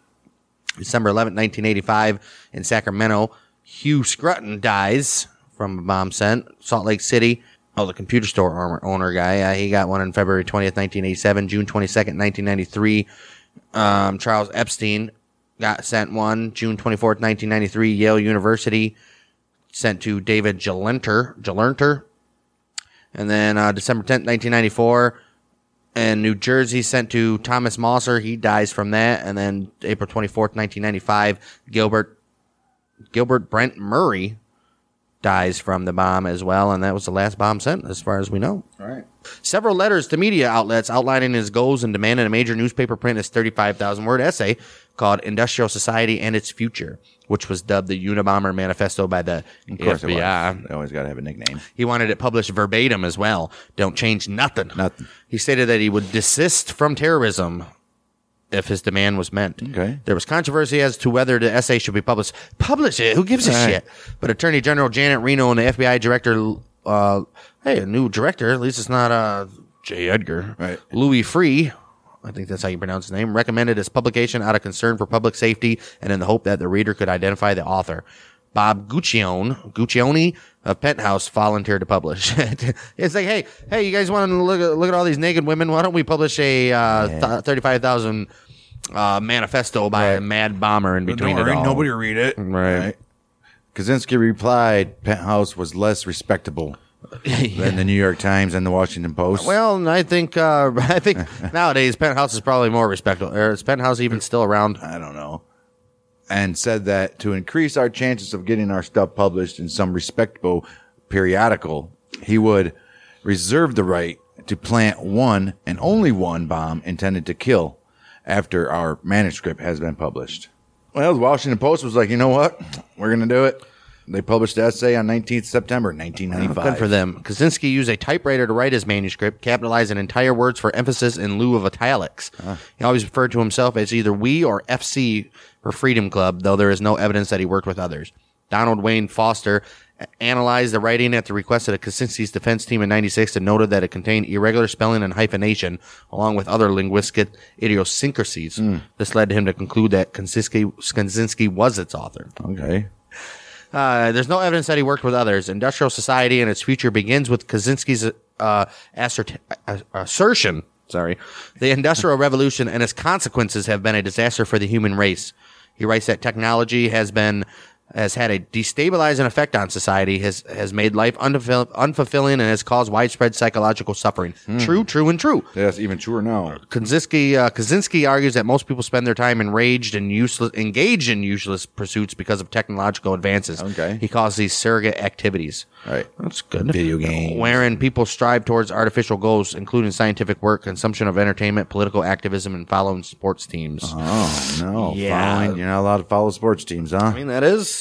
C: December 11, 1985, in Sacramento, Hugh Scrutton dies from a bomb sent. Salt Lake City, oh, the computer store owner, owner guy, uh, he got one on February 20th, 1987. June 22nd, 1993, um, Charles Epstein got sent one. June 24th, 1993, Yale University sent to David Gelenter. Gelenter. And then uh, December 10th, 1994, and New Jersey sent to Thomas Mosser. He dies from that. And then April 24th, 1995, Gilbert Gilbert Brent Murray dies from the bomb as well. And that was the last bomb sent, as far as we know. All right. Several letters to media outlets outlining his goals and demanding a major newspaper print his 35,000 word essay called Industrial Society and Its Future, which was dubbed the Unabomber Manifesto by the
E: Of course, it
C: FBI.
E: was. They always got to have a nickname.
C: He wanted it published verbatim as well. Don't change nothing.
E: Nothing.
C: He stated that he would desist from terrorism if his demand was meant.
E: Okay.
C: There was controversy as to whether the essay should be published. Publish it. Who gives a
E: Right.
C: shit? But Attorney General Janet Reno and the FBI director, uh, hey, a new director. At least it's not uh, J. Edgar.
E: Right.
C: Louis Free. I think that's how you pronounce his name. Recommended its publication out of concern for public safety and in the hope that the reader could identify the author. Bob Guccione, Guccione of Penthouse volunteered to publish. it's like, hey, hey, you guys want to look at, look at all these naked women? Why don't we publish a uh, th- thirty-five thousand uh, manifesto by a mad bomber in between it all?
E: will read it. Right. Kaczynski replied, Penthouse was less respectable than the New York Times and the Washington Post.
C: Well, and I think uh, I think nowadays Penthouse is probably more respectable. Or is Penthouse even still around?
E: I don't know. and said that to increase our chances of getting our stuff published in some respectable periodical, he would reserve the right to plant one and only one bomb intended to kill after our manuscript has been published. Well, the Washington Post was like, you know what? We're going to do it. They published the essay on 19th September 1995.
C: Good for them. Kaczynski used a typewriter to write his manuscript, capitalizing entire words for emphasis in lieu of italics. He always referred to himself as either we or FC for Freedom Club, though there is no evidence that he worked with others. Donald Wayne Foster a- analyzed the writing at the request of the Kaczynski's defense team in 96 and noted that it contained irregular spelling and hyphenation, along with other linguistic idiosyncrasies. This led him to conclude that Kaczynski, Kaczynski was its author.
E: Okay.
C: Uh, there's no evidence that he worked with others. Industrial society and its future begins with Kaczynski's uh, assert- uh, assertion. Sorry, the industrial revolution and its consequences have been a disaster for the human race. He writes that technology has been has had a destabilizing effect on society, has has made life unfulfill- unfulfilling, and has caused widespread psychological suffering. True, true, and true.
E: That's even truer now.
C: Kaczynski, uh, Kaczynski argues that most people spend their time enraged and useless, engaged in useless pursuits because of technological advances.
E: Okay.
C: He calls these surrogate activities.
E: Right.
C: That's good.
E: Video games.
C: Wherein people strive towards artificial goals, including scientific work, consumption of entertainment, political activism, and following sports teams.
E: Oh, no.
C: Yeah.
E: Fine. You're not allowed to follow sports teams, huh?
C: I mean, that is.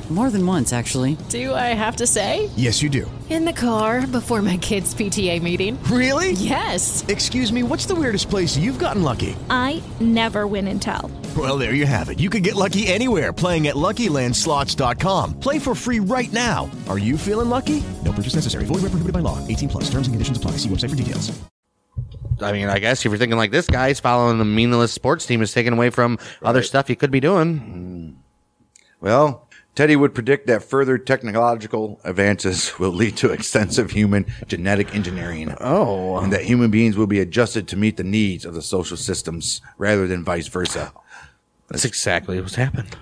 F: More than once, actually.
G: Do I have to say?
A: Yes, you do.
G: In the car before my kids' PTA meeting.
A: Really?
G: Yes.
A: Excuse me, what's the weirdest place you've gotten lucky?
H: I never win and tell.
A: Well, there you have it. You can get lucky anywhere playing at LuckyLandSlots.com. Play for free right now. Are you feeling lucky? No purchase necessary. Void where prohibited by law. 18 plus. Terms and conditions apply. See website for details.
C: I mean, I guess if you're thinking like this guy's following the meaningless sports team is taken away from other stuff you could be doing.
E: Well, Teddy would predict that further technological advances will lead to extensive human genetic engineering.
C: Oh.
E: And that human beings will be adjusted to meet the needs of the social systems rather than vice versa.
C: That's exactly what's happened.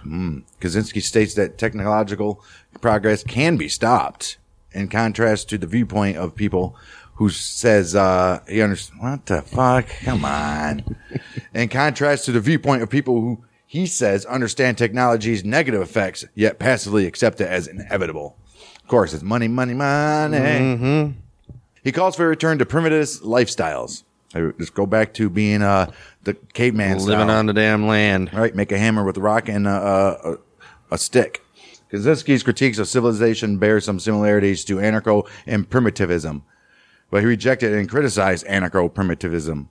E: Kaczynski states that technological progress can be stopped, in contrast to the viewpoint of people who says, uh, he understands, what the fuck? Come on. in contrast to the viewpoint of people who he says understand technology's negative effects, yet passively accept it as inevitable. Of course, it's money, money, money.
C: Mm-hmm.
E: He calls for a return to primitive lifestyles. I just go back to being uh, the caveman
C: Living
E: style.
C: on the damn land.
E: All right, make a hammer with a rock and a, a, a, a stick. Kaczynski's critiques of civilization bear some similarities to anarcho and primitivism, but he rejected and criticized anarcho primitivism.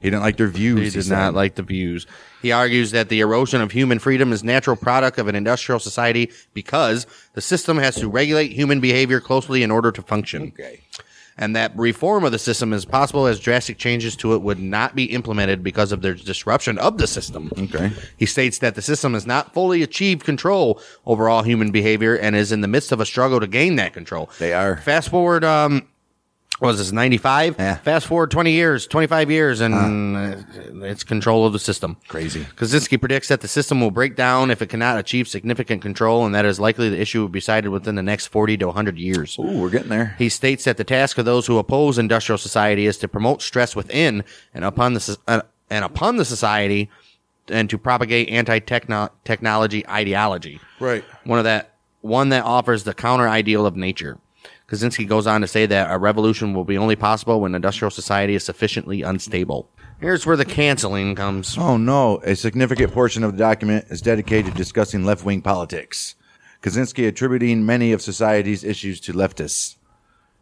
E: He didn't like their views.
C: He did
E: said.
C: not like the views. He argues that the erosion of human freedom is natural product of an industrial society because the system has to regulate human behavior closely in order to function. Okay. And that reform of the system is possible as drastic changes to it would not be implemented because of their disruption of the system.
E: Okay.
C: He states that the system has not fully achieved control over all human behavior and is in the midst of a struggle to gain that control.
E: They are.
C: Fast forward, um, what was this 95
E: Yeah.
C: fast forward 20 years 25 years and uh, it's control of the system
E: Crazy.
C: kaczynski predicts that the system will break down if it cannot achieve significant control and that is likely the issue will be cited within the next 40 to 100 years
E: Ooh, we're getting there.
C: he states that the task of those who oppose industrial society is to promote stress within and upon the so- uh, and upon the society and to propagate anti-technology ideology.
E: Right.
C: One of that one that offers the counter ideal of nature. Kaczynski goes on to say that a revolution will be only possible when industrial society is sufficiently unstable. Here's where the canceling comes.
E: Oh no, a significant portion of the document is dedicated to discussing left wing politics. Kaczynski attributing many of society's issues to leftists.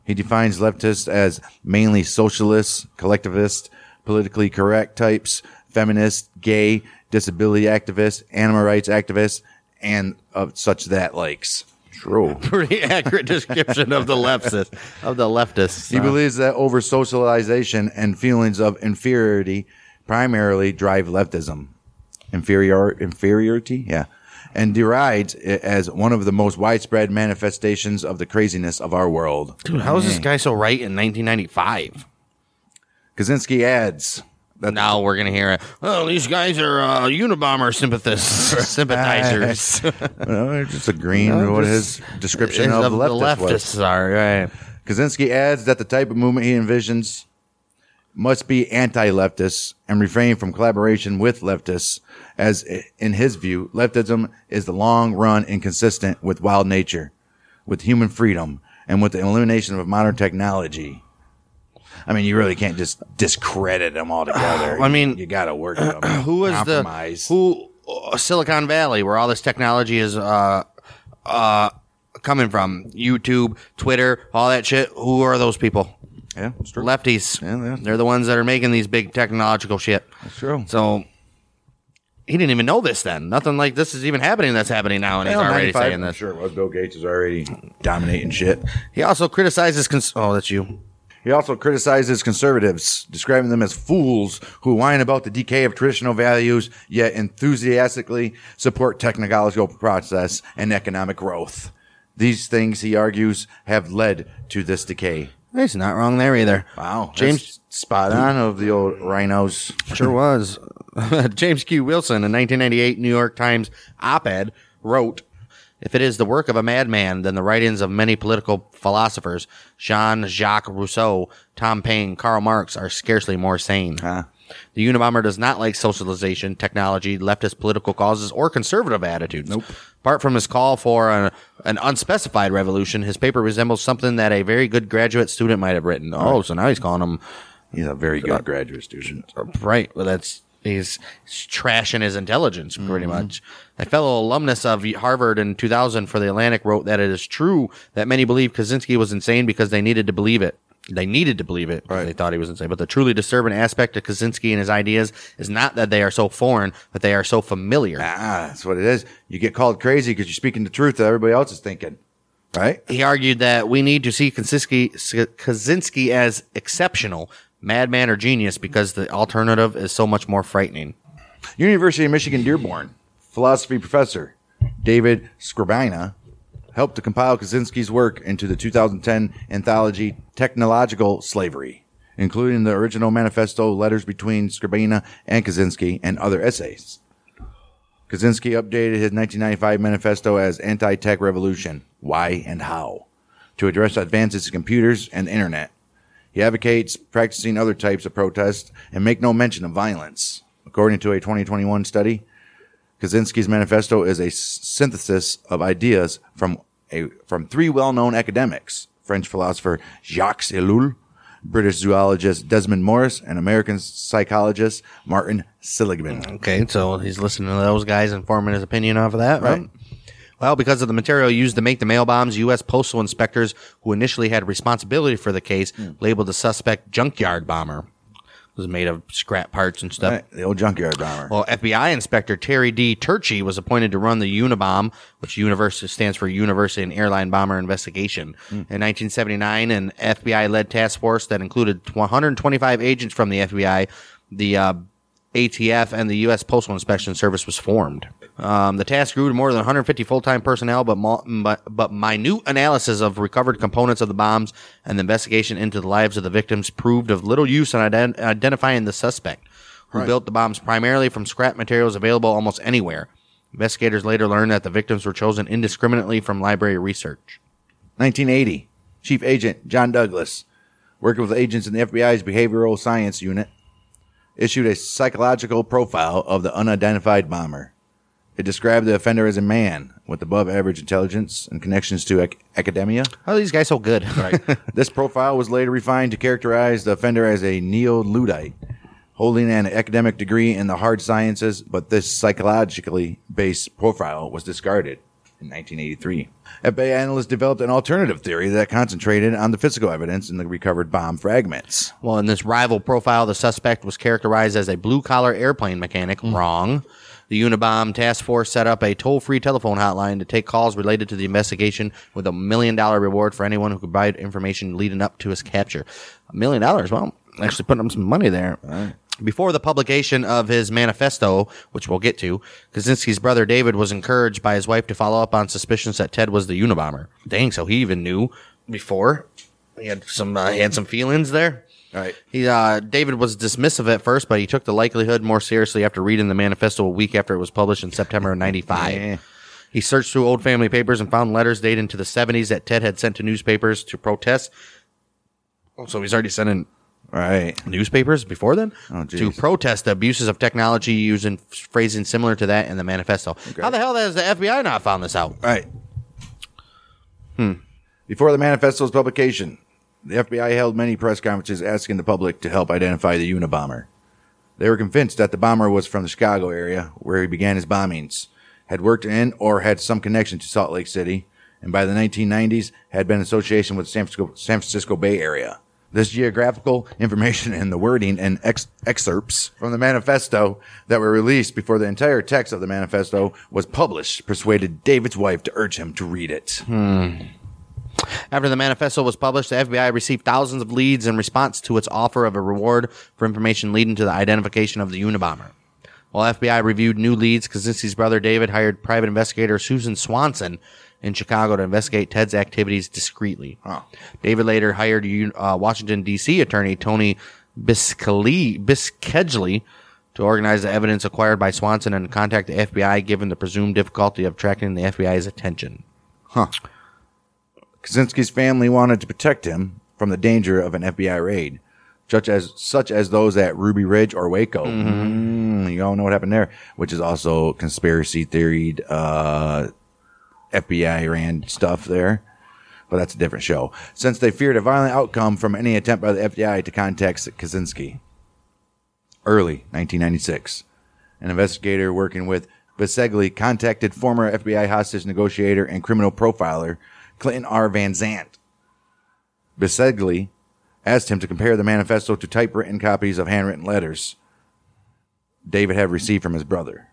E: He defines leftists as mainly socialists, collectivists,
D: politically correct types, feminists, gay, disability activists, animal rights activists, and of such that likes. True.
C: Pretty accurate description of the leftist. Of the leftists. uh,
D: He believes that over socialization and feelings of inferiority primarily drive leftism. Inferior inferiority, yeah, and derides it as one of the most widespread manifestations of the craziness of our world.
C: Dude, how is this guy so right in 1995?
D: Kaczynski adds.
C: now we're gonna hear it. Oh, these guys are uh, Unabomber sympathists, or sympathizers.
D: Well, I'm just agreeing
C: No,
D: with
C: just-
D: his description of,
C: of the
D: leftists was.
C: leftists are, right.
D: Kaczynski adds that the type of movement he envisions must be anti-leftist and refrain from collaboration with leftists, as i- in his view, leftism is the long run inconsistent with wild nature, with human freedom, and with the elimination of modern technology. I mean, you really can't just discredit them altogether.
C: I mean,
D: you got to work with them.
C: who is
D: Compromise.
C: the who uh, Silicon Valley, where all this technology is uh uh coming from? YouTube, Twitter, all that shit. Who are those people?
D: Yeah, it's true.
C: Lefties. They're the ones that are making these big technological shit. That's
D: true.
C: So he didn't even know this then. Nothing like this is even happening that's happening now, and he's
D: Well,
C: already
D: 95,
C: saying
D: I'm
C: this.
D: Sure, it was Bill Gates is already dominating shit.
C: He also criticizes. Cons- oh, that's you.
D: He also criticizes conservatives, describing them as fools who whine about the decay of traditional values, yet enthusiastically support technological process and economic growth. These things, he argues, have led to this decay.
C: He's not wrong there either.
D: Wow,
C: James-
D: that's spot on of the old rhinos.
C: Sure was. James Q. Wilson, in 1998 New York Times op ed, wrote If it is the work of a madman, then the writings of many political philosophers, Jean Jacques Rousseau, Tom Paine, Karl Marx, are scarcely more sane. The Unabomber does not like socialization, technology, leftist political causes, or conservative attitudes. Nope. Apart from his call for an, an unspecified revolution, his paper resembles something that a very good graduate student might have written. Oh, so now he's calling him.
D: He's a very good graduate student.
C: Right. Well, that's he's trashing his intelligence pretty much. A fellow alumnus of Harvard in 2000 for the Atlantic wrote that it is true that many believe Kaczynski was insane because they needed to believe it. They needed to believe it. Right. They thought he was insane. But the truly disturbing aspect of Kaczynski and his ideas is not that they are so foreign, but they are so familiar.
D: Ah, that's what it is. You get called crazy because you're speaking the truth that everybody else is thinking, right?
C: He argued that we need to see Kaczynski, Kaczynski as exceptional, madman, or genius because the alternative is so much more frightening.
D: University of Michigan Dearborn philosophy professor David Scribina helped to compile Kaczynski's work into the 2010 anthology Technological Slavery, including the original manifesto letters between Scribina and Kaczynski and other essays. Kaczynski updated his 1995 manifesto as Anti Tech Revolution Why and How to address advances in computers and the internet. He advocates practicing other types of protest and make no mention of violence. According to a 2021 study, Kaczynski's manifesto is a s- synthesis of ideas from a from three well-known academics: French philosopher Jacques Ellul, British zoologist Desmond Morris, and American psychologist Martin Seligman.
C: Okay, so he's listening to those guys and forming his opinion off of that, right?
D: Right.
C: Well, because of the material used to make the mail bombs, U.S. postal inspectors who initially had responsibility for the case labeled the suspect junkyard bomber. It was made of scrap parts and stuff.
D: Right, the old junkyard bomber.
C: Well, FBI Inspector Terry D. Turchi was appointed to run the Unabomb, which university stands for University and Airline Bomber Investigation. In 1979, an FBI-led task force that included 125 agents from the FBI, the uh, ATF, and the U.S. Postal Inspection Service was formed. Um, the task grew to more than 150 full-time personnel, but, mo- but but minute analysis of recovered components of the bombs and the investigation into the lives of the victims proved of little use in ident- identifying the suspect who
D: Right.
C: built the bombs primarily from scrap materials available almost anywhere. Investigators later learned that the victims were chosen indiscriminately from library research.
D: 1980, Chief Agent John Douglas, working with agents in the FBI's Behavioral Science Unit, issued a psychological profile of the unidentified bomber. It described the offender as a man with above average intelligence and connections to ac- academia.
C: How are these guys so good? Right.
D: this profile was later refined to characterize the offender as a neo Luddite, holding an academic degree in the hard sciences, but this psychologically based profile was discarded. in 1983. FBI analysts developed an alternative theory that concentrated on the physical evidence in the recovered bomb fragments.
C: Well, in this rival profile, the suspect was characterized as a blue collar airplane mechanic. Wrong. The Unabomb Task Force set up a toll free telephone hotline to take calls related to the investigation with a million dollar reward for anyone who could provide information leading up to his capture. A million dollars? Well, actually putting up some money there. Before the publication of his manifesto, which we'll get to, Kaczynski's brother David was encouraged by his wife to follow up on suspicions that Ted was the Unabomber. Dang, so he even knew before. He had some uh, he had some feelings there. Right. He uh, David was dismissive at first, but he took the likelihood more seriously after reading the manifesto a week after it was published in September of '95. He searched through old family papers and found letters dated into the '70s that Ted had sent to newspapers to protest. Oh, so he's already sending right newspapers before then to protest the abuses of technology using phrasing similar to that in the manifesto. How the hell has the FBI not found this out?
D: Right. Hmm. Before the manifesto's publication, the FBI held many press conferences asking the public to help identify the Unabomber. They were convinced that the bomber was from the Chicago area, where he began his bombings, had worked in or had some connection to Salt Lake City, and by the 1990s had been in association with the San Francisco, San Francisco Bay Area. This geographical information and the wording and ex- excerpts from the manifesto that were released before the entire text of the manifesto was published persuaded David's wife to urge him to read it.
C: Hmm. After the manifesto was published, the FBI received thousands of leads in response to its offer of a reward for information leading to the identification of the Unabomber. While FBI reviewed new leads, Kaczynski's brother David hired private investigator Susan Swanson in Chicago to investigate Ted's activities discreetly. David later hired uh, Washington, D.C. attorney Tony Biscali- Biskedgley to organize the evidence acquired by Swanson and contact the FBI given the presumed difficulty of attracting the FBI's attention.
D: Huh. Kaczynski's family wanted to protect him from the danger of an FBI raid, such as such as those at Ruby Ridge or Waco. Mm, you all know what happened there, which is also conspiracy theoried uh, FBI ran stuff there. But that's a different show. Since they feared a violent outcome from any attempt by the FBI to contact Kaczynski. Early 1996, an investigator working with Bisegli contacted former FBI hostage negotiator and criminal profiler Clinton R. Van Zant. Bisegli asked him to compare the manifesto to typewritten copies of handwritten letters David had received from his brother.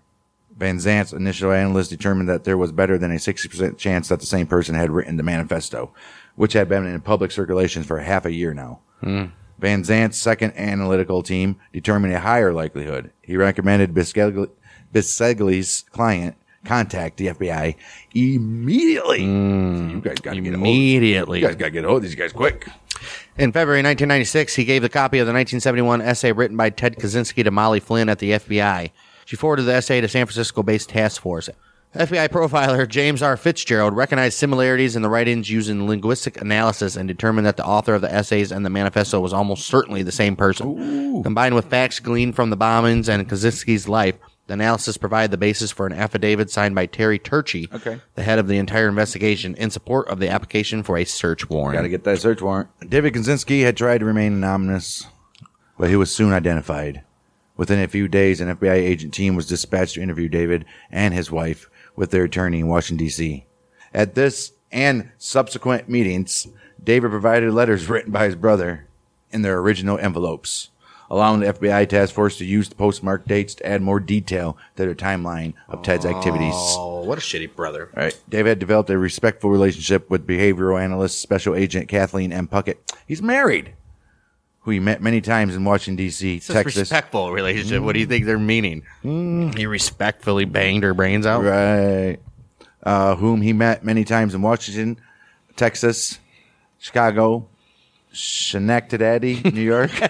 D: Van Zant's initial analyst determined that there was better than a 60% chance that the same person had written the manifesto, which had been in public circulation for half a year now. Van Zant's second analytical team determined a higher likelihood. He recommended Bisegli- Bisegli's client contact the FBI immediately. You guys got to get
C: immediately.
D: Hold. You guys got to get hold of these guys quick.
C: In February 1996, he gave the copy of the 1971 essay written by Ted Kaczynski to Molly Flynn at the FBI. She forwarded the essay to San Francisco based task force. FBI profiler James R. Fitzgerald recognized similarities in the writings using linguistic analysis and determined that the author of the essays and the manifesto was almost certainly the same person. Combined with facts gleaned from the bombings and Kaczynski's life, the analysis provided the basis for an affidavit signed by Terry Turchi,
D: Okay.
C: the head of the entire investigation, in support of the application for a search warrant.
D: Got to get that search warrant. David Kaczynski had tried to remain anonymous, but he was soon identified. Within a few days, an FBI agent team was dispatched to interview David and his wife with their attorney in Washington, D.C. At this and subsequent meetings, David provided letters written by his brother in their original envelopes, allowing the FBI task force to use the postmark dates to add more detail to their timeline of Ted's activities.
C: Oh, what a shitty brother.
D: All right. Dave had developed a respectful relationship with behavioral analyst Special Agent Kathleen M. Puckett. He's married, who he met many times in Washington, D.C.,
C: It's a
D: Texas. Mm.
C: respectful relationship. What do you think they're meaning? He respectfully banged her brains out.
D: Right. Uh, whom he met many times in Washington, Texas, Chicago, Schenectady, New York.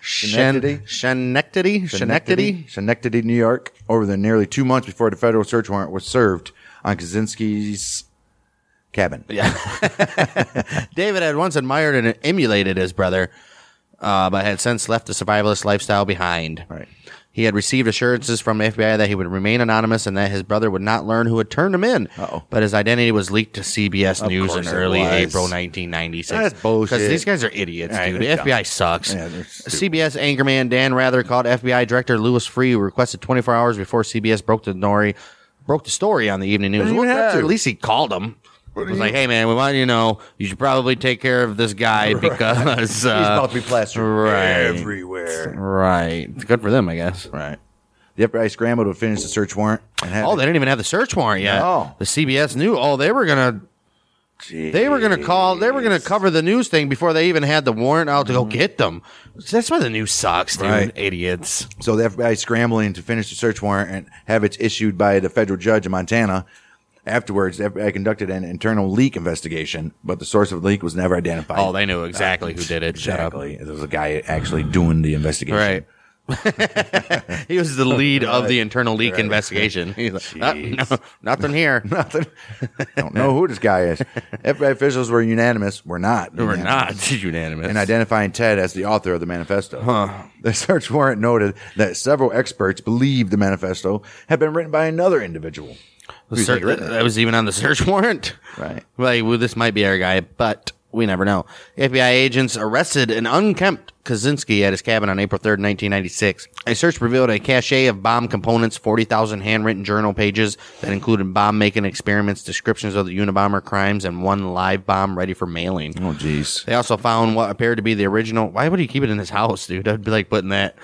D: Schenectady.
C: Schenectady? Schenectady?
D: Schenectady, New York, over the nearly two months before the federal search warrant was served on Kaczynski's cabin.
C: Yeah. David had once admired and emulated his brother, uh, but had since left the survivalist lifestyle behind.
D: Right.
C: He had received assurances from FBI that he would remain anonymous and that his brother would not learn who had turned him in. oh But his identity was leaked to CBS
D: Of
C: News in
D: course it
C: early
D: was.
C: April 1996.
D: That's bullshit.
C: Because these guys are idiots,
D: Yeah,
C: dude. The
D: they're
C: FBI
D: dumb.
C: sucks.
D: Yeah, they're
C: CBS anchorman Dan Rather called FBI Director Lewis Free, who requested 24 hours before CBS broke the story broke the story on the evening news.
E: You
C: Well,
E: had
C: uh,
E: to.
C: At least he called him.
E: do
C: was
E: you-
C: like, hey man, we want you to know you should probably take care of this guy
E: Right.
C: because
E: He's
C: uh,
E: about to be plastered
C: right.
E: everywhere.
C: Right. Good for them, I guess.
E: Right. The FBI scrambled to finish the search warrant and had
C: Oh, they didn't even have the search warrant yet.
E: No.
C: The CBS knew. Oh, they were gonna. They were gonna call. They were gonna cover the news thing before they even had the warrant out to go get them. That's why the news sucks, dude.
E: Mm-hmm. Right.
C: Idiots.
E: So the FBI scrambling to finish the search warrant and have it issued by the federal judge in Montana. Afterwards, the FBI conducted an internal leak investigation, but the source of the leak was never identified.
C: Oh, they knew exactly who did it. Shut up.
E: Exactly. There was a guy actually doing the investigation.
C: Right. he was the lead of the
E: Right.
C: internal leak
E: Right.
C: investigation. He's like, "Ah, no, nothing here.
E: nothing. Don't know who this guy is. FBI officials were unanimous. We're not.
C: We're
E: unanimous
C: not unanimous.
E: in identifying Ted as the author of the manifesto. The search warrant noted that several experts believed the manifesto had been written by another individual.
C: The
E: Who's
C: search-
E: had written it?
C: that was even on the search warrant.
E: Right.
C: Like, well, this might be our guy, but we never know. FBI agents arrested an unkempt Kaczynski at his cabin on April 3rd, 1996. A search revealed a cache of bomb components, 40,000 handwritten journal pages that included bomb making experiments, descriptions of the Unabomber crimes, and one live bomb ready for mailing.
E: Oh, jeez.
C: They also found what appeared to be the original. Why would he keep it in his house, dude? I'd be like putting that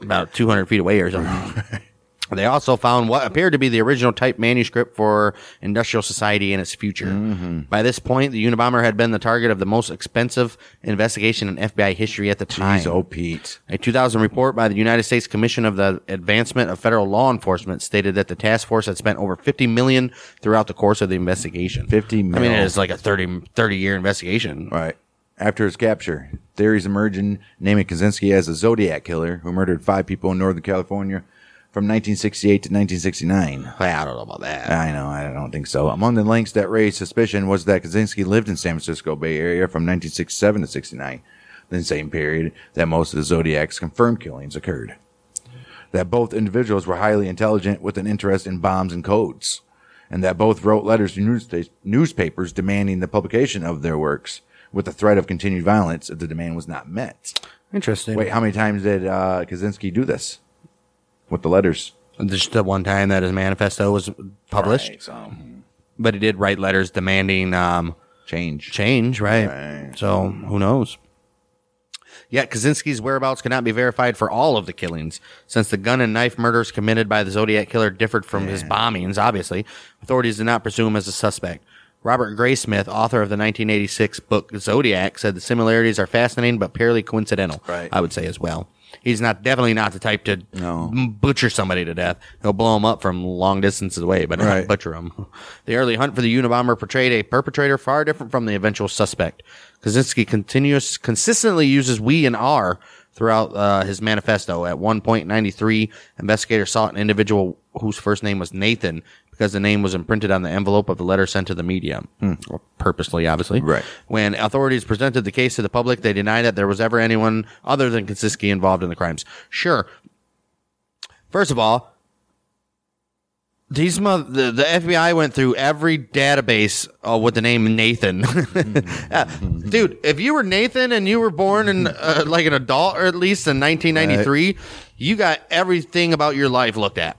C: about 200 feet away or something. They also found what appeared to be the original type manuscript for Industrial Society and its future.
E: Mm-hmm.
C: By this point, the Unabomber had been the target of the most expensive investigation in FBI history at the time.
E: Jeez, oh, Pete.
C: A 2000 report by the United States Commission of the Advancement of Federal Law Enforcement stated that the task force had spent over 50 million throughout the course of the investigation.
E: 50
C: I mean,
E: mil.
C: it is like a 30 30 year investigation.
E: Right. After his capture, theories emerging naming Kaczynski as a Zodiac killer who murdered five people in Northern California from 1968 to 1969.
C: I don't know about that.
E: I know, I don't think so. Among the links that raised suspicion was that Kaczynski lived in San Francisco Bay Area from 1967 to 69, the same period that most of the Zodiac's confirmed killings occurred. That both individuals were highly intelligent with an interest in bombs and codes, and that both wrote letters to newspa- newspapers demanding the publication of their works with the threat of continued violence if the demand was not met.
C: Interesting.
E: Wait, how many times did uh, Kaczynski do this with the letters?
C: Just the one time that his manifesto was published.
E: Right, so-
C: but he did write letters demanding um,
E: change.
C: Change, right? So who knows? Yet Kaczynski's whereabouts could not be verified for all of the killings, since the gun and knife murders committed by the Zodiac killer differed from his bombings. Obviously, authorities did not pursue him as a suspect. Robert Graysmith, author of the 1986 book Zodiac, said the similarities are fascinating but purely coincidental.
E: Right.
C: I would say as well. He's not definitely not the type to m- butcher somebody to death. He'll blow them up from long distances away, but not
E: Right.
C: butcher them. The early hunt for the Unabomber portrayed a perpetrator far different from the eventual suspect. Kaczynski continuous consistently uses we and are throughout uh, his manifesto. At one point, 93 investigators sought an individual whose first name was Nathan because the name was imprinted on the envelope of the letter sent to the media. Well, Purposely, obviously.
E: Hmm. Right.
C: When authorities presented the case to the public, they denied that there was ever anyone other than Kaczynski involved in the crimes. Sure. First of all, these mo- the, the FBI went through every database uh, with the name Nathan. Uh, Dude, if you were Nathan and you were born in uh, like an adult or at least in 1993, you got everything about your life looked at.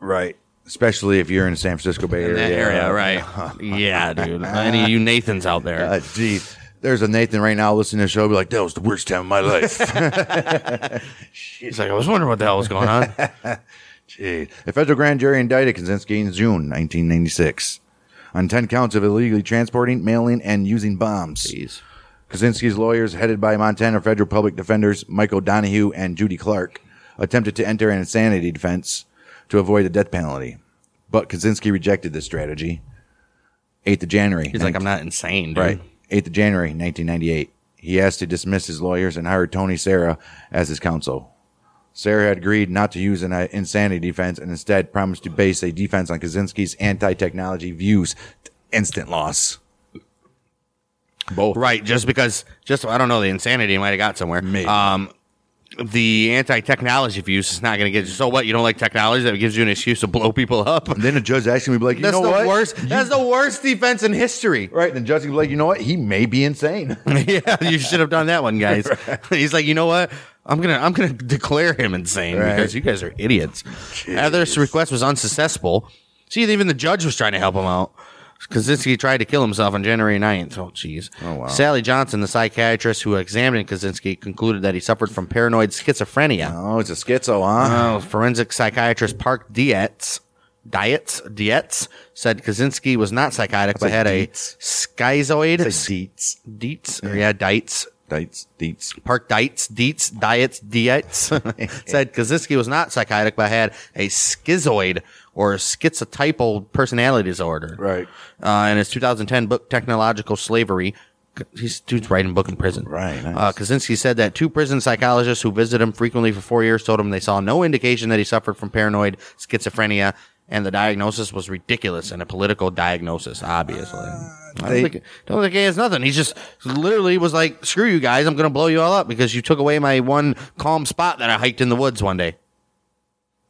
E: Right. Especially if you're in the San Francisco Bay
C: In
E: Area. uh,
C: that area, right? yeah, dude. Any of you Nathans out there?
E: Uh, geez. There's a Nathan right now listening to the show. Be like, that was the worst time of my life.
C: He's like, I was wondering what the hell was going on.
E: Gee. The federal grand jury indicted Kaczynski in June 1996 on 10 counts of illegally transporting, mailing, and using bombs.
C: Jeez.
E: Kaczynski's lawyers, headed by Montana federal public defenders Michael Donahue and Judy Clark, attempted to enter an insanity defense to avoid the death penalty. But Kaczynski rejected this strategy. 8th of January.
C: He's like, I'm not insane, dude.
E: Right. 8th of January, 1998. He asked to dismiss his lawyers and hired Tony Sarah as his counsel. Sarah had agreed not to use an uh, insanity defense and instead promised to base a defense on Kaczynski's anti technology views. Instant loss. Both.
C: Right, just because, just I don't know, the insanity might have got somewhere.
E: Maybe.
C: Um, the anti-technology views is not going to get you. So what? You don't like technology? That gives you an excuse to blow people up.
E: Then the judge asked him, he'd be like, you
C: That's
E: know
C: the
E: what?
C: worst.
E: You-
C: that's the worst defense in history.
E: right. And the judge would be like, you know what? He may be insane.
C: yeah, you should have done that one, guys. He's like, you know what? I'm gonna I'm gonna declare him insane
E: Right.
C: because you guys are idiots. Other request was unsuccessful. See, even the judge was trying to help him out. Kaczynski tried to kill himself on January 9th. Oh, jeez. Oh, wow. Sally Johnson, the psychiatrist who examined Kaczynski, concluded that he suffered from paranoid schizophrenia.
E: Oh, it's a schizo, huh?
C: Oh, forensic psychiatrist Park Dietz, Dietz, Dietz said Kaczynski was not psychotic, but
E: like
C: had
E: Dietz.
C: a schizoid.
E: It's like Dietz.
C: Dietz, or yeah, Dietz.
E: Dietz. Dietz.
C: Park Dietz, Dietz, Dietz, Dietz said Kaczynski was not psychotic, but had a schizoid or schizotypal personality disorder.
E: Right.
C: Uh, in his 2010 book, Technological Slavery, he's dude's writing a book in prison.
E: Right, nice.
C: Uh, Kaczynski said that two prison psychologists who visited him frequently for four years told him they saw no indication that he suffered from paranoid schizophrenia, and the diagnosis was ridiculous and a political diagnosis, obviously. I
E: Uh, they-
C: don't, think, don't think he has nothing. He just literally was like, "Screw you guys! I'm going to blow you all up because you took away my one calm spot that I hiked in the woods one day."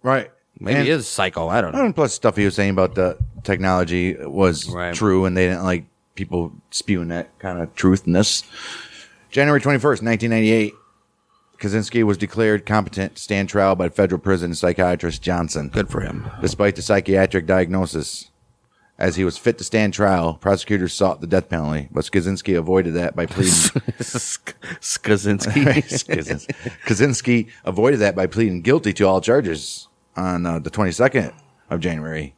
E: Right.
C: Maybe
E: And-
C: he is psycho. I don't know.
E: And plus, stuff he was saying about the technology was
C: Right.
E: true, and they didn't like people spewing that kind of truthness. January 21st, 1998, Kaczynski was declared competent to stand trial by federal prison psychiatrist Johnson.
C: Good for him.
E: Despite the psychiatric diagnosis, as he was fit to stand trial, prosecutors sought the death penalty, but Kaczynski avoided that by pleading.
C: Skazinski.
E: Kaczynski avoided that by pleading guilty to all charges on uh, the 22nd of January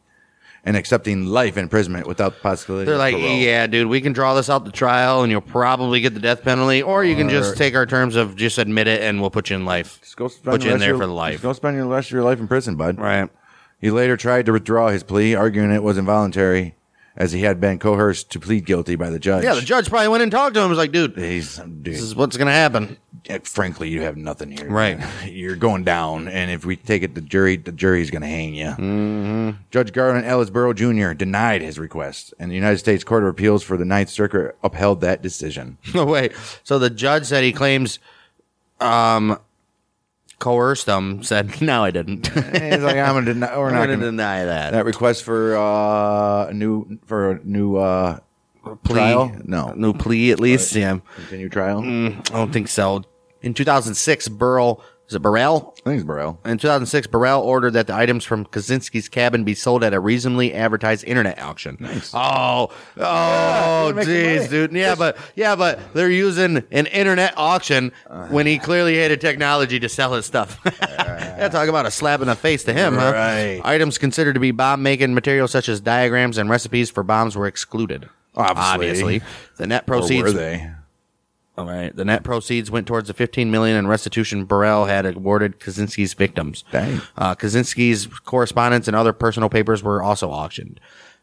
E: and accepting life imprisonment without the possibility
C: They're
E: of
C: like,
E: parole.
C: yeah, dude, we can draw this out to trial and you'll probably get the death penalty, or you can just
E: Or-
C: take our terms of just admit it and we'll put you in life.
E: Just go spend
C: put
E: the
C: you in
E: rest of
C: there
E: your-
C: for life.
E: just Go spend your rest of your life in prison, bud.
C: Right.
E: He later tried to withdraw his plea, arguing it was involuntary, as he had been coerced to plead guilty by the judge.
C: Yeah, the judge probably went and talked to him. Was like, dude,
E: He's, dude,
C: this is what's gonna happen.
E: eh, frankly, you have nothing here.
C: Right.
E: You're going down, and if we take it to jury, the jury's going to hang you. Mm-hmm. Judge Garvin Ellisboro Jr. denied his request, and the United States Court of Appeals for the Ninth Circuit upheld that decision.
C: No way. So the judge said he claims, um, coerced him. Said no, I didn't.
E: And he's like, I'm going to deny, we're
C: I'm
E: not
C: not
E: going
C: gonna
E: to
C: deny that.
E: that request for uh, a new for a new uh,
C: plea,
E: trial? No.
C: new plea at least. Yeah,
E: continue trial.
C: I don't think so. In 2006, Burrell is it Burrell?
E: I think it's Burrell.
C: In 2006, Burrell ordered that the items from Kaczynski's cabin be sold at a reasonably advertised internet auction. Oh, oh,
E: making
C: jeez,
E: money.
C: dude. Yeah, but yeah, but they're using an internet auction
E: Uh-huh.
C: when he clearly hated technology to sell his stuff. yeah, talk about a slap in the face to him, huh?
E: Right.
C: Items considered to be bomb-making materials such as diagrams and recipes for bombs were excluded.
E: Obviously.
C: Obviously. the net
E: Or
C: proceeds
E: were they?
C: all right. The net proceeds went towards the 15 million in restitution Burrell had awarded Kaczynski's victims.
E: Dang.
C: Uh, Kaczynski's correspondence and other personal papers were also auctioned.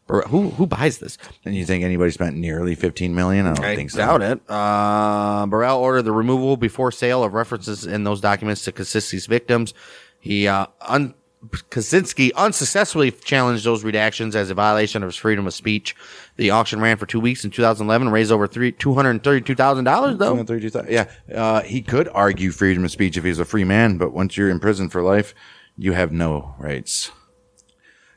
C: Bur- who who buys this?
E: And you think anybody spent nearly 15 million? I don't think so.
C: doubt it. Uh, Burrell ordered the removal before sale of references in those documents to Kaczynski's victims. He uh, un- Kaczynski unsuccessfully challenged those redactions as a violation of his freedom of speech. The auction ran for two weeks in 2011, raised over three two hundred thirty-two thousand dollars though.
E: $232,000. Yeah, uh, he could argue freedom of speech if he's a free man, but once you're in prison for life, you have no rights.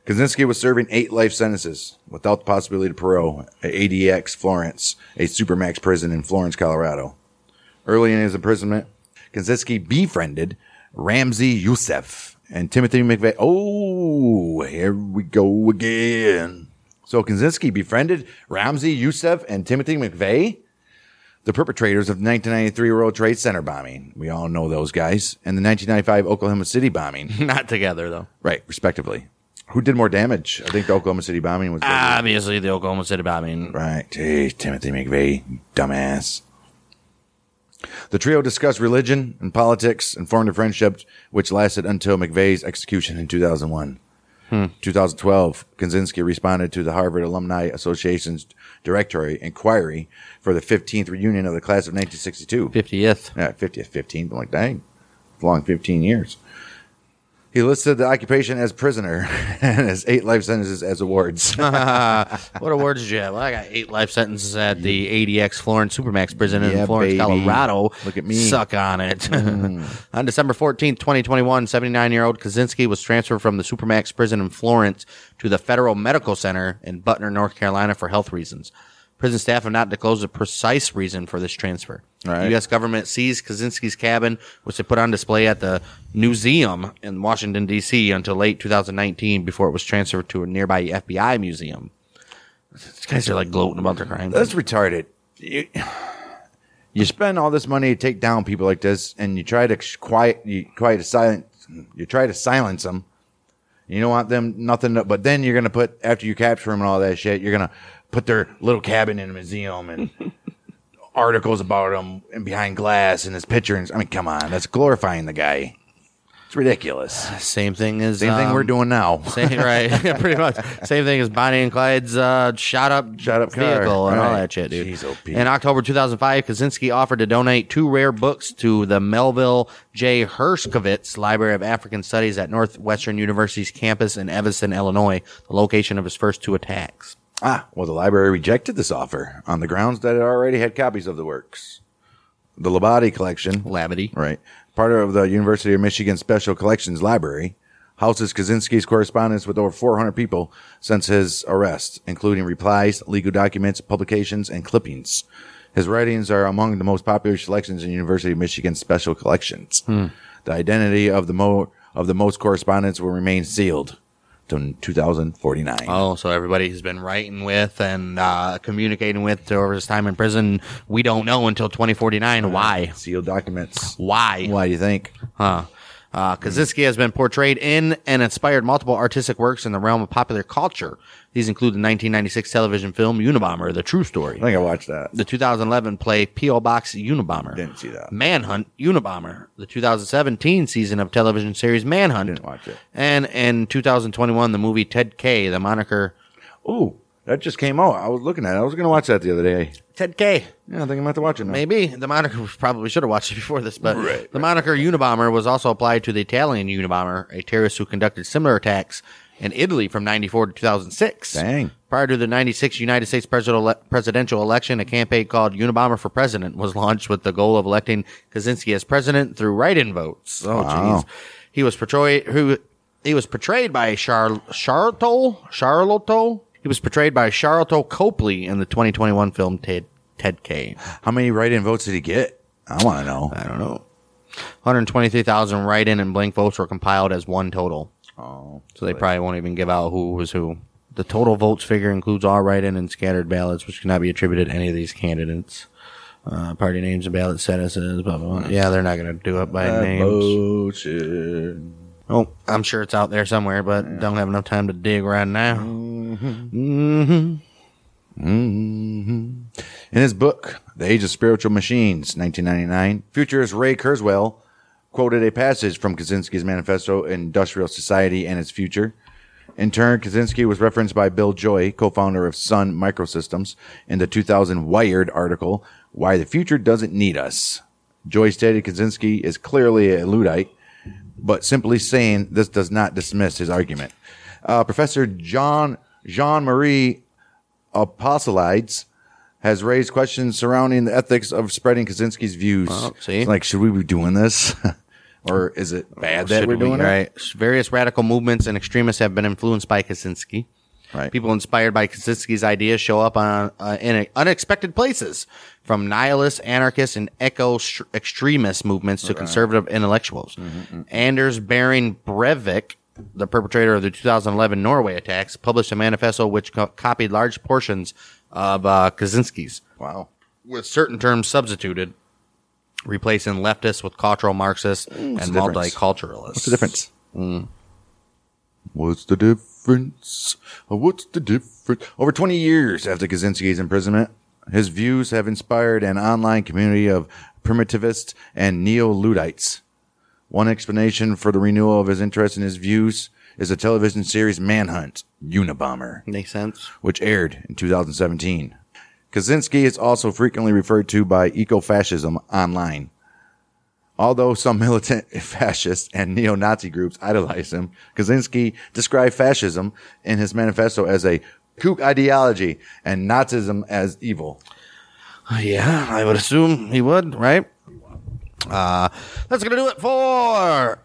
E: Kaczynski was serving eight life sentences without the possibility of parole at ADX Florence, a supermax prison in Florence, Colorado. Early in his imprisonment, Kaczynski befriended Ramzi Youssef and Timothy McVeigh. Oh, here we go again. So Kaczynski befriended Ramzi Youssef and Timothy McVeigh the perpetrators of the 1993 World Trade Center bombing. We all know those guys. And the 1995 Oklahoma City bombing.
C: Not together though.
E: right, respectively. Who did more damage? I think the Oklahoma City bombing was.
C: Obviously, the Oklahoma City bombing.
E: Right. Hey, Timothy McVeigh, dumbass. The trio discussed religion and politics and formed a friendship which lasted until McVeigh's execution in 2001. 2012, Kaczynski responded to the Harvard Alumni Association's directory inquiry for the 15th reunion of the class of 1962.
C: 50th.
E: Yeah, 50th, 15th. I'm like, dang, it's a long 15 years. He listed the occupation as prisoner and his eight life sentences as awards.
C: What awards did you have? Well, I got eight life sentences at the ADX Florence Supermax prison
E: Yeah,
C: in Florence,
E: baby.
C: Colorado.
E: Look at me. Mm-hmm.
C: Suck on it. on December 14th, 2021, 79 year old Kaczynski was transferred from the Supermax prison in Florence to the Federal Medical Center in Butner, North Carolina for health reasons. Prison staff have not disclosed the precise reason for this transfer. The U.S. government seized Kaczynski's cabin, which they put on display at the museum in Washington, D.C. until late 2019 before it was transferred to a nearby FBI museum. These guys are like gloating about their crimes.
E: That's retarded. You, you spend all this money to take down people like this, and you try to sh- quiet, you quiet, silent, you try to silence them. You don't want them nothing, to- but then you're gonna put after you capture them and all that shit, you're gonna put their little cabin in a museum and articles about them and behind glass and his pictures. I mean, come on, that's glorifying the guy. It's ridiculous.
C: Same thing as
E: same thing we're
C: um,
E: doing now.
C: Same, right, Yeah, pretty much. Same thing as Bonnie and Clyde's uh, shot up, shot up
E: car,
C: vehicle and all
E: right.
C: that shit, dude.
E: Jeez, oh, Pete.
C: In October 2005, Kaczynski offered to donate two rare books to the Melville J. Hershkovitz Library of African Studies at Northwestern University's campus in Evanston, Illinois, the location of his first two attacks.
E: Ah, well, the library rejected this offer on the grounds that it already had copies of the works. The Labadie collection,
C: Labadie,
E: right, part of the University of Michigan Special Collections Library, houses Kaczynski's correspondence with over 400 people since his arrest, including replies, legal documents, publications, and clippings. His writings are among the most popular selections in University of Michigan Special Collections.
C: Hmm.
E: The identity of the mo- of the most correspondence will remain sealed to 2049.
C: Oh, so everybody he's been writing with and uh, communicating with over his time in prison, we don't know until 2049 why.
E: Sealed documents.
C: Why?
E: Why do you think?
C: Huh. Uh, Kaczynski has been portrayed in and inspired multiple artistic works in the realm of popular culture. These include the 1996 television film Unabomber, The True Story. I
E: think I watched that.
C: The 2011 play P.O. Box Unabomber.
E: Didn't see that.
C: Manhunt Unabomber. The 2017 season of television series Manhunt. Didn't
E: watch it.
C: And in 2021, the movie Ted K, the moniker.
E: Ooh, that just came out. I was looking at it. I was going to watch that the other day.
C: Ted K.
E: Yeah, I think I'm about to watch it now.
C: Maybe the moniker we probably should have watched it before this, but the moniker Unabomber was also applied to the Italian Unabomber, a terrorist who conducted similar attacks in Italy from 94 to 2006.
E: Dang.
C: Prior to the 96 United States presidential presidential election, a campaign called Unabomber for President was launched with the goal of electing Kaczynski as president through write-in votes. Oh, jeez.
E: Wow.
C: He was portrayed who he was portrayed by Char Charlotte Charlotte. He was portrayed by Charlotte Copley in the 2021 film Ted Ted K.
E: How many write-in votes did he get? I want to know. I
C: don't know. 123,000 write-in and blank votes were compiled as one total. Oh, so they probably won't even give out who was who. The total votes figure includes all write-in and scattered ballots, which cannot be attributed to any of these candidates. Uh, party names and ballot statuses, blah blah. blah. Yeah, they're not going to do it by
E: That
C: names.
E: bullshit.
C: Oh, I'm sure it's out there somewhere, but don't have enough time to dig right now.
E: hmm Mm-hmm. In his book, The Age of Spiritual Machines, 1999, futurist Ray Kurzweil quoted a passage from Kaczynski's manifesto, Industrial Society and Its Future. In turn, Kaczynski was referenced by Bill Joy, co founder of Sun Microsystems, in the 2000 Wired article, Why the Future Doesn't Need Us. Joy stated Kaczynski is clearly a Luddite but simply saying this does not dismiss his argument. Uh, Professor John Jean Marie Apostolides has raised questions surrounding the ethics of spreading Kaczynski's views.
C: Well, Oh, see?
E: It's like, should we be doing this, or is it bad that
C: Should
E: we're
C: we,
E: doing it?
C: right? Various radical movements and extremists have been influenced by Kaczynski.
E: Right.
C: People inspired by Kaczynski's ideas show up on uh, in unexpected places, from nihilist, anarchist, and eco str- extremist movements to conservative intellectuals.
E: Mm-hmm,
C: Anders Behring Breivik, the perpetrator of the 2011 Norway attacks, published a manifesto which co- copied large portions of uh, Kaczynski's.
E: Wow.
C: With certain terms substituted, replacing leftists with cultural Marxists
E: what's
C: and
E: the difference?
C: multiculturalists.
E: What's the difference? What's the difference? Uh, What's the difference? Over 20 years after Kaczynski's imprisonment, his views have inspired an online community of primitivists and neo Luddites. One explanation for the renewal of his interest in his views is the television series Manhunt Unabomber,
C: Makes sense.
E: which aired in 2017. Kaczynski is also frequently referred to by eco fascism online. Although some militant fascist and neo Nazi groups idolize him, Kaczynski described fascism in his manifesto as a kook ideology and Nazism as evil.
C: Yeah, I would assume he would, right? Uh, that's going to do it for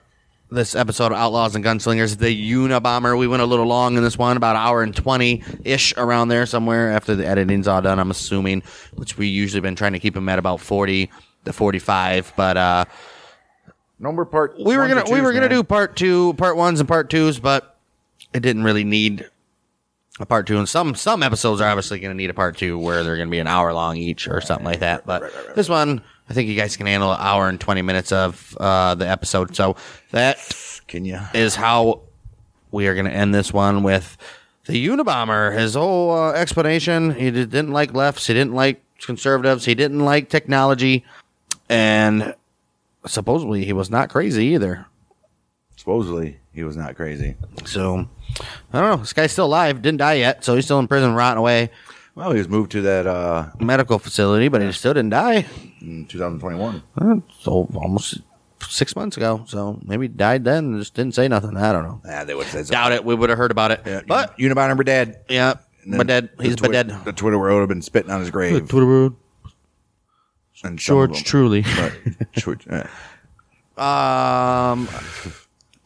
C: this episode of Outlaws and Gunslingers, the Unabomber. We went a little long in this one, about an hour and 20 ish around there somewhere after the editing's all done, I'm assuming, which we usually been trying to keep them at about 40 to 45. But, uh,
E: Number part.
C: we were
E: one to
C: gonna we
E: two's,
C: were gonna
E: man.
C: do part two, part ones and part twos, but it didn't really need a part two. And some some episodes are obviously gonna need a part two where they're gonna be an hour long each or something like that. But this one, I think you guys can handle an hour and twenty minutes of uh, the episode. So that
E: can you
C: is how we are gonna end this one with the Unabomber. His whole uh, explanation: he di- didn't like lefts, he didn't like conservatives, he didn't like technology, and supposedly he was not crazy either.
E: Supposedly he was not crazy.
C: So I don't know. This guy's still alive, didn't die yet, so he's still in prison, rotting away.
E: Well, he was moved to that uh,
C: medical facility, but he still didn't die. Uh,
E: in 2021.
C: So almost six months ago. So maybe he died then. and Just didn't say nothing. I don't know.
E: Ah, they would say
C: Doubt it. We would have heard about it.
E: Uh,
C: But
E: Unabomber dead.
C: yeah, but dead. He's but dead.
E: The Twitter world have been spitting on his grave. And some of
C: George
E: them.
C: Truly.
E: But George- eh.
C: Um,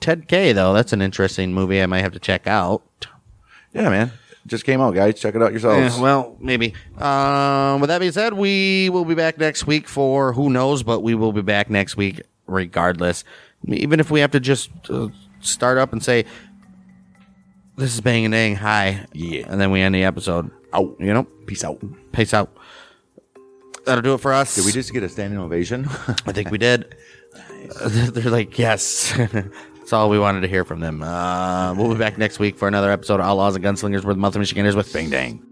C: Ted K though. That's an interesting movie. I might have to check out.
E: yeah, man. Just came out, guys. Check it out yourselves.
C: Yeah, Eh, well, maybe. Um, with that being said, we will be back next week for who knows, but we will be back next week regardless. Even if we have to just uh, start up and say, "This is Bang and Dang." Hi, yeah, and then we end the episode. Out, you know.
E: Peace out.
C: Peace out. That'll do it for us.
E: Did we just get a standing ovation?
C: I think we did. They're like, yes. That's all we wanted to hear from them. Uh, we'll be back next week for another episode of Outlaws and Gunslingers with Monthly Michiganders with Bang Dang.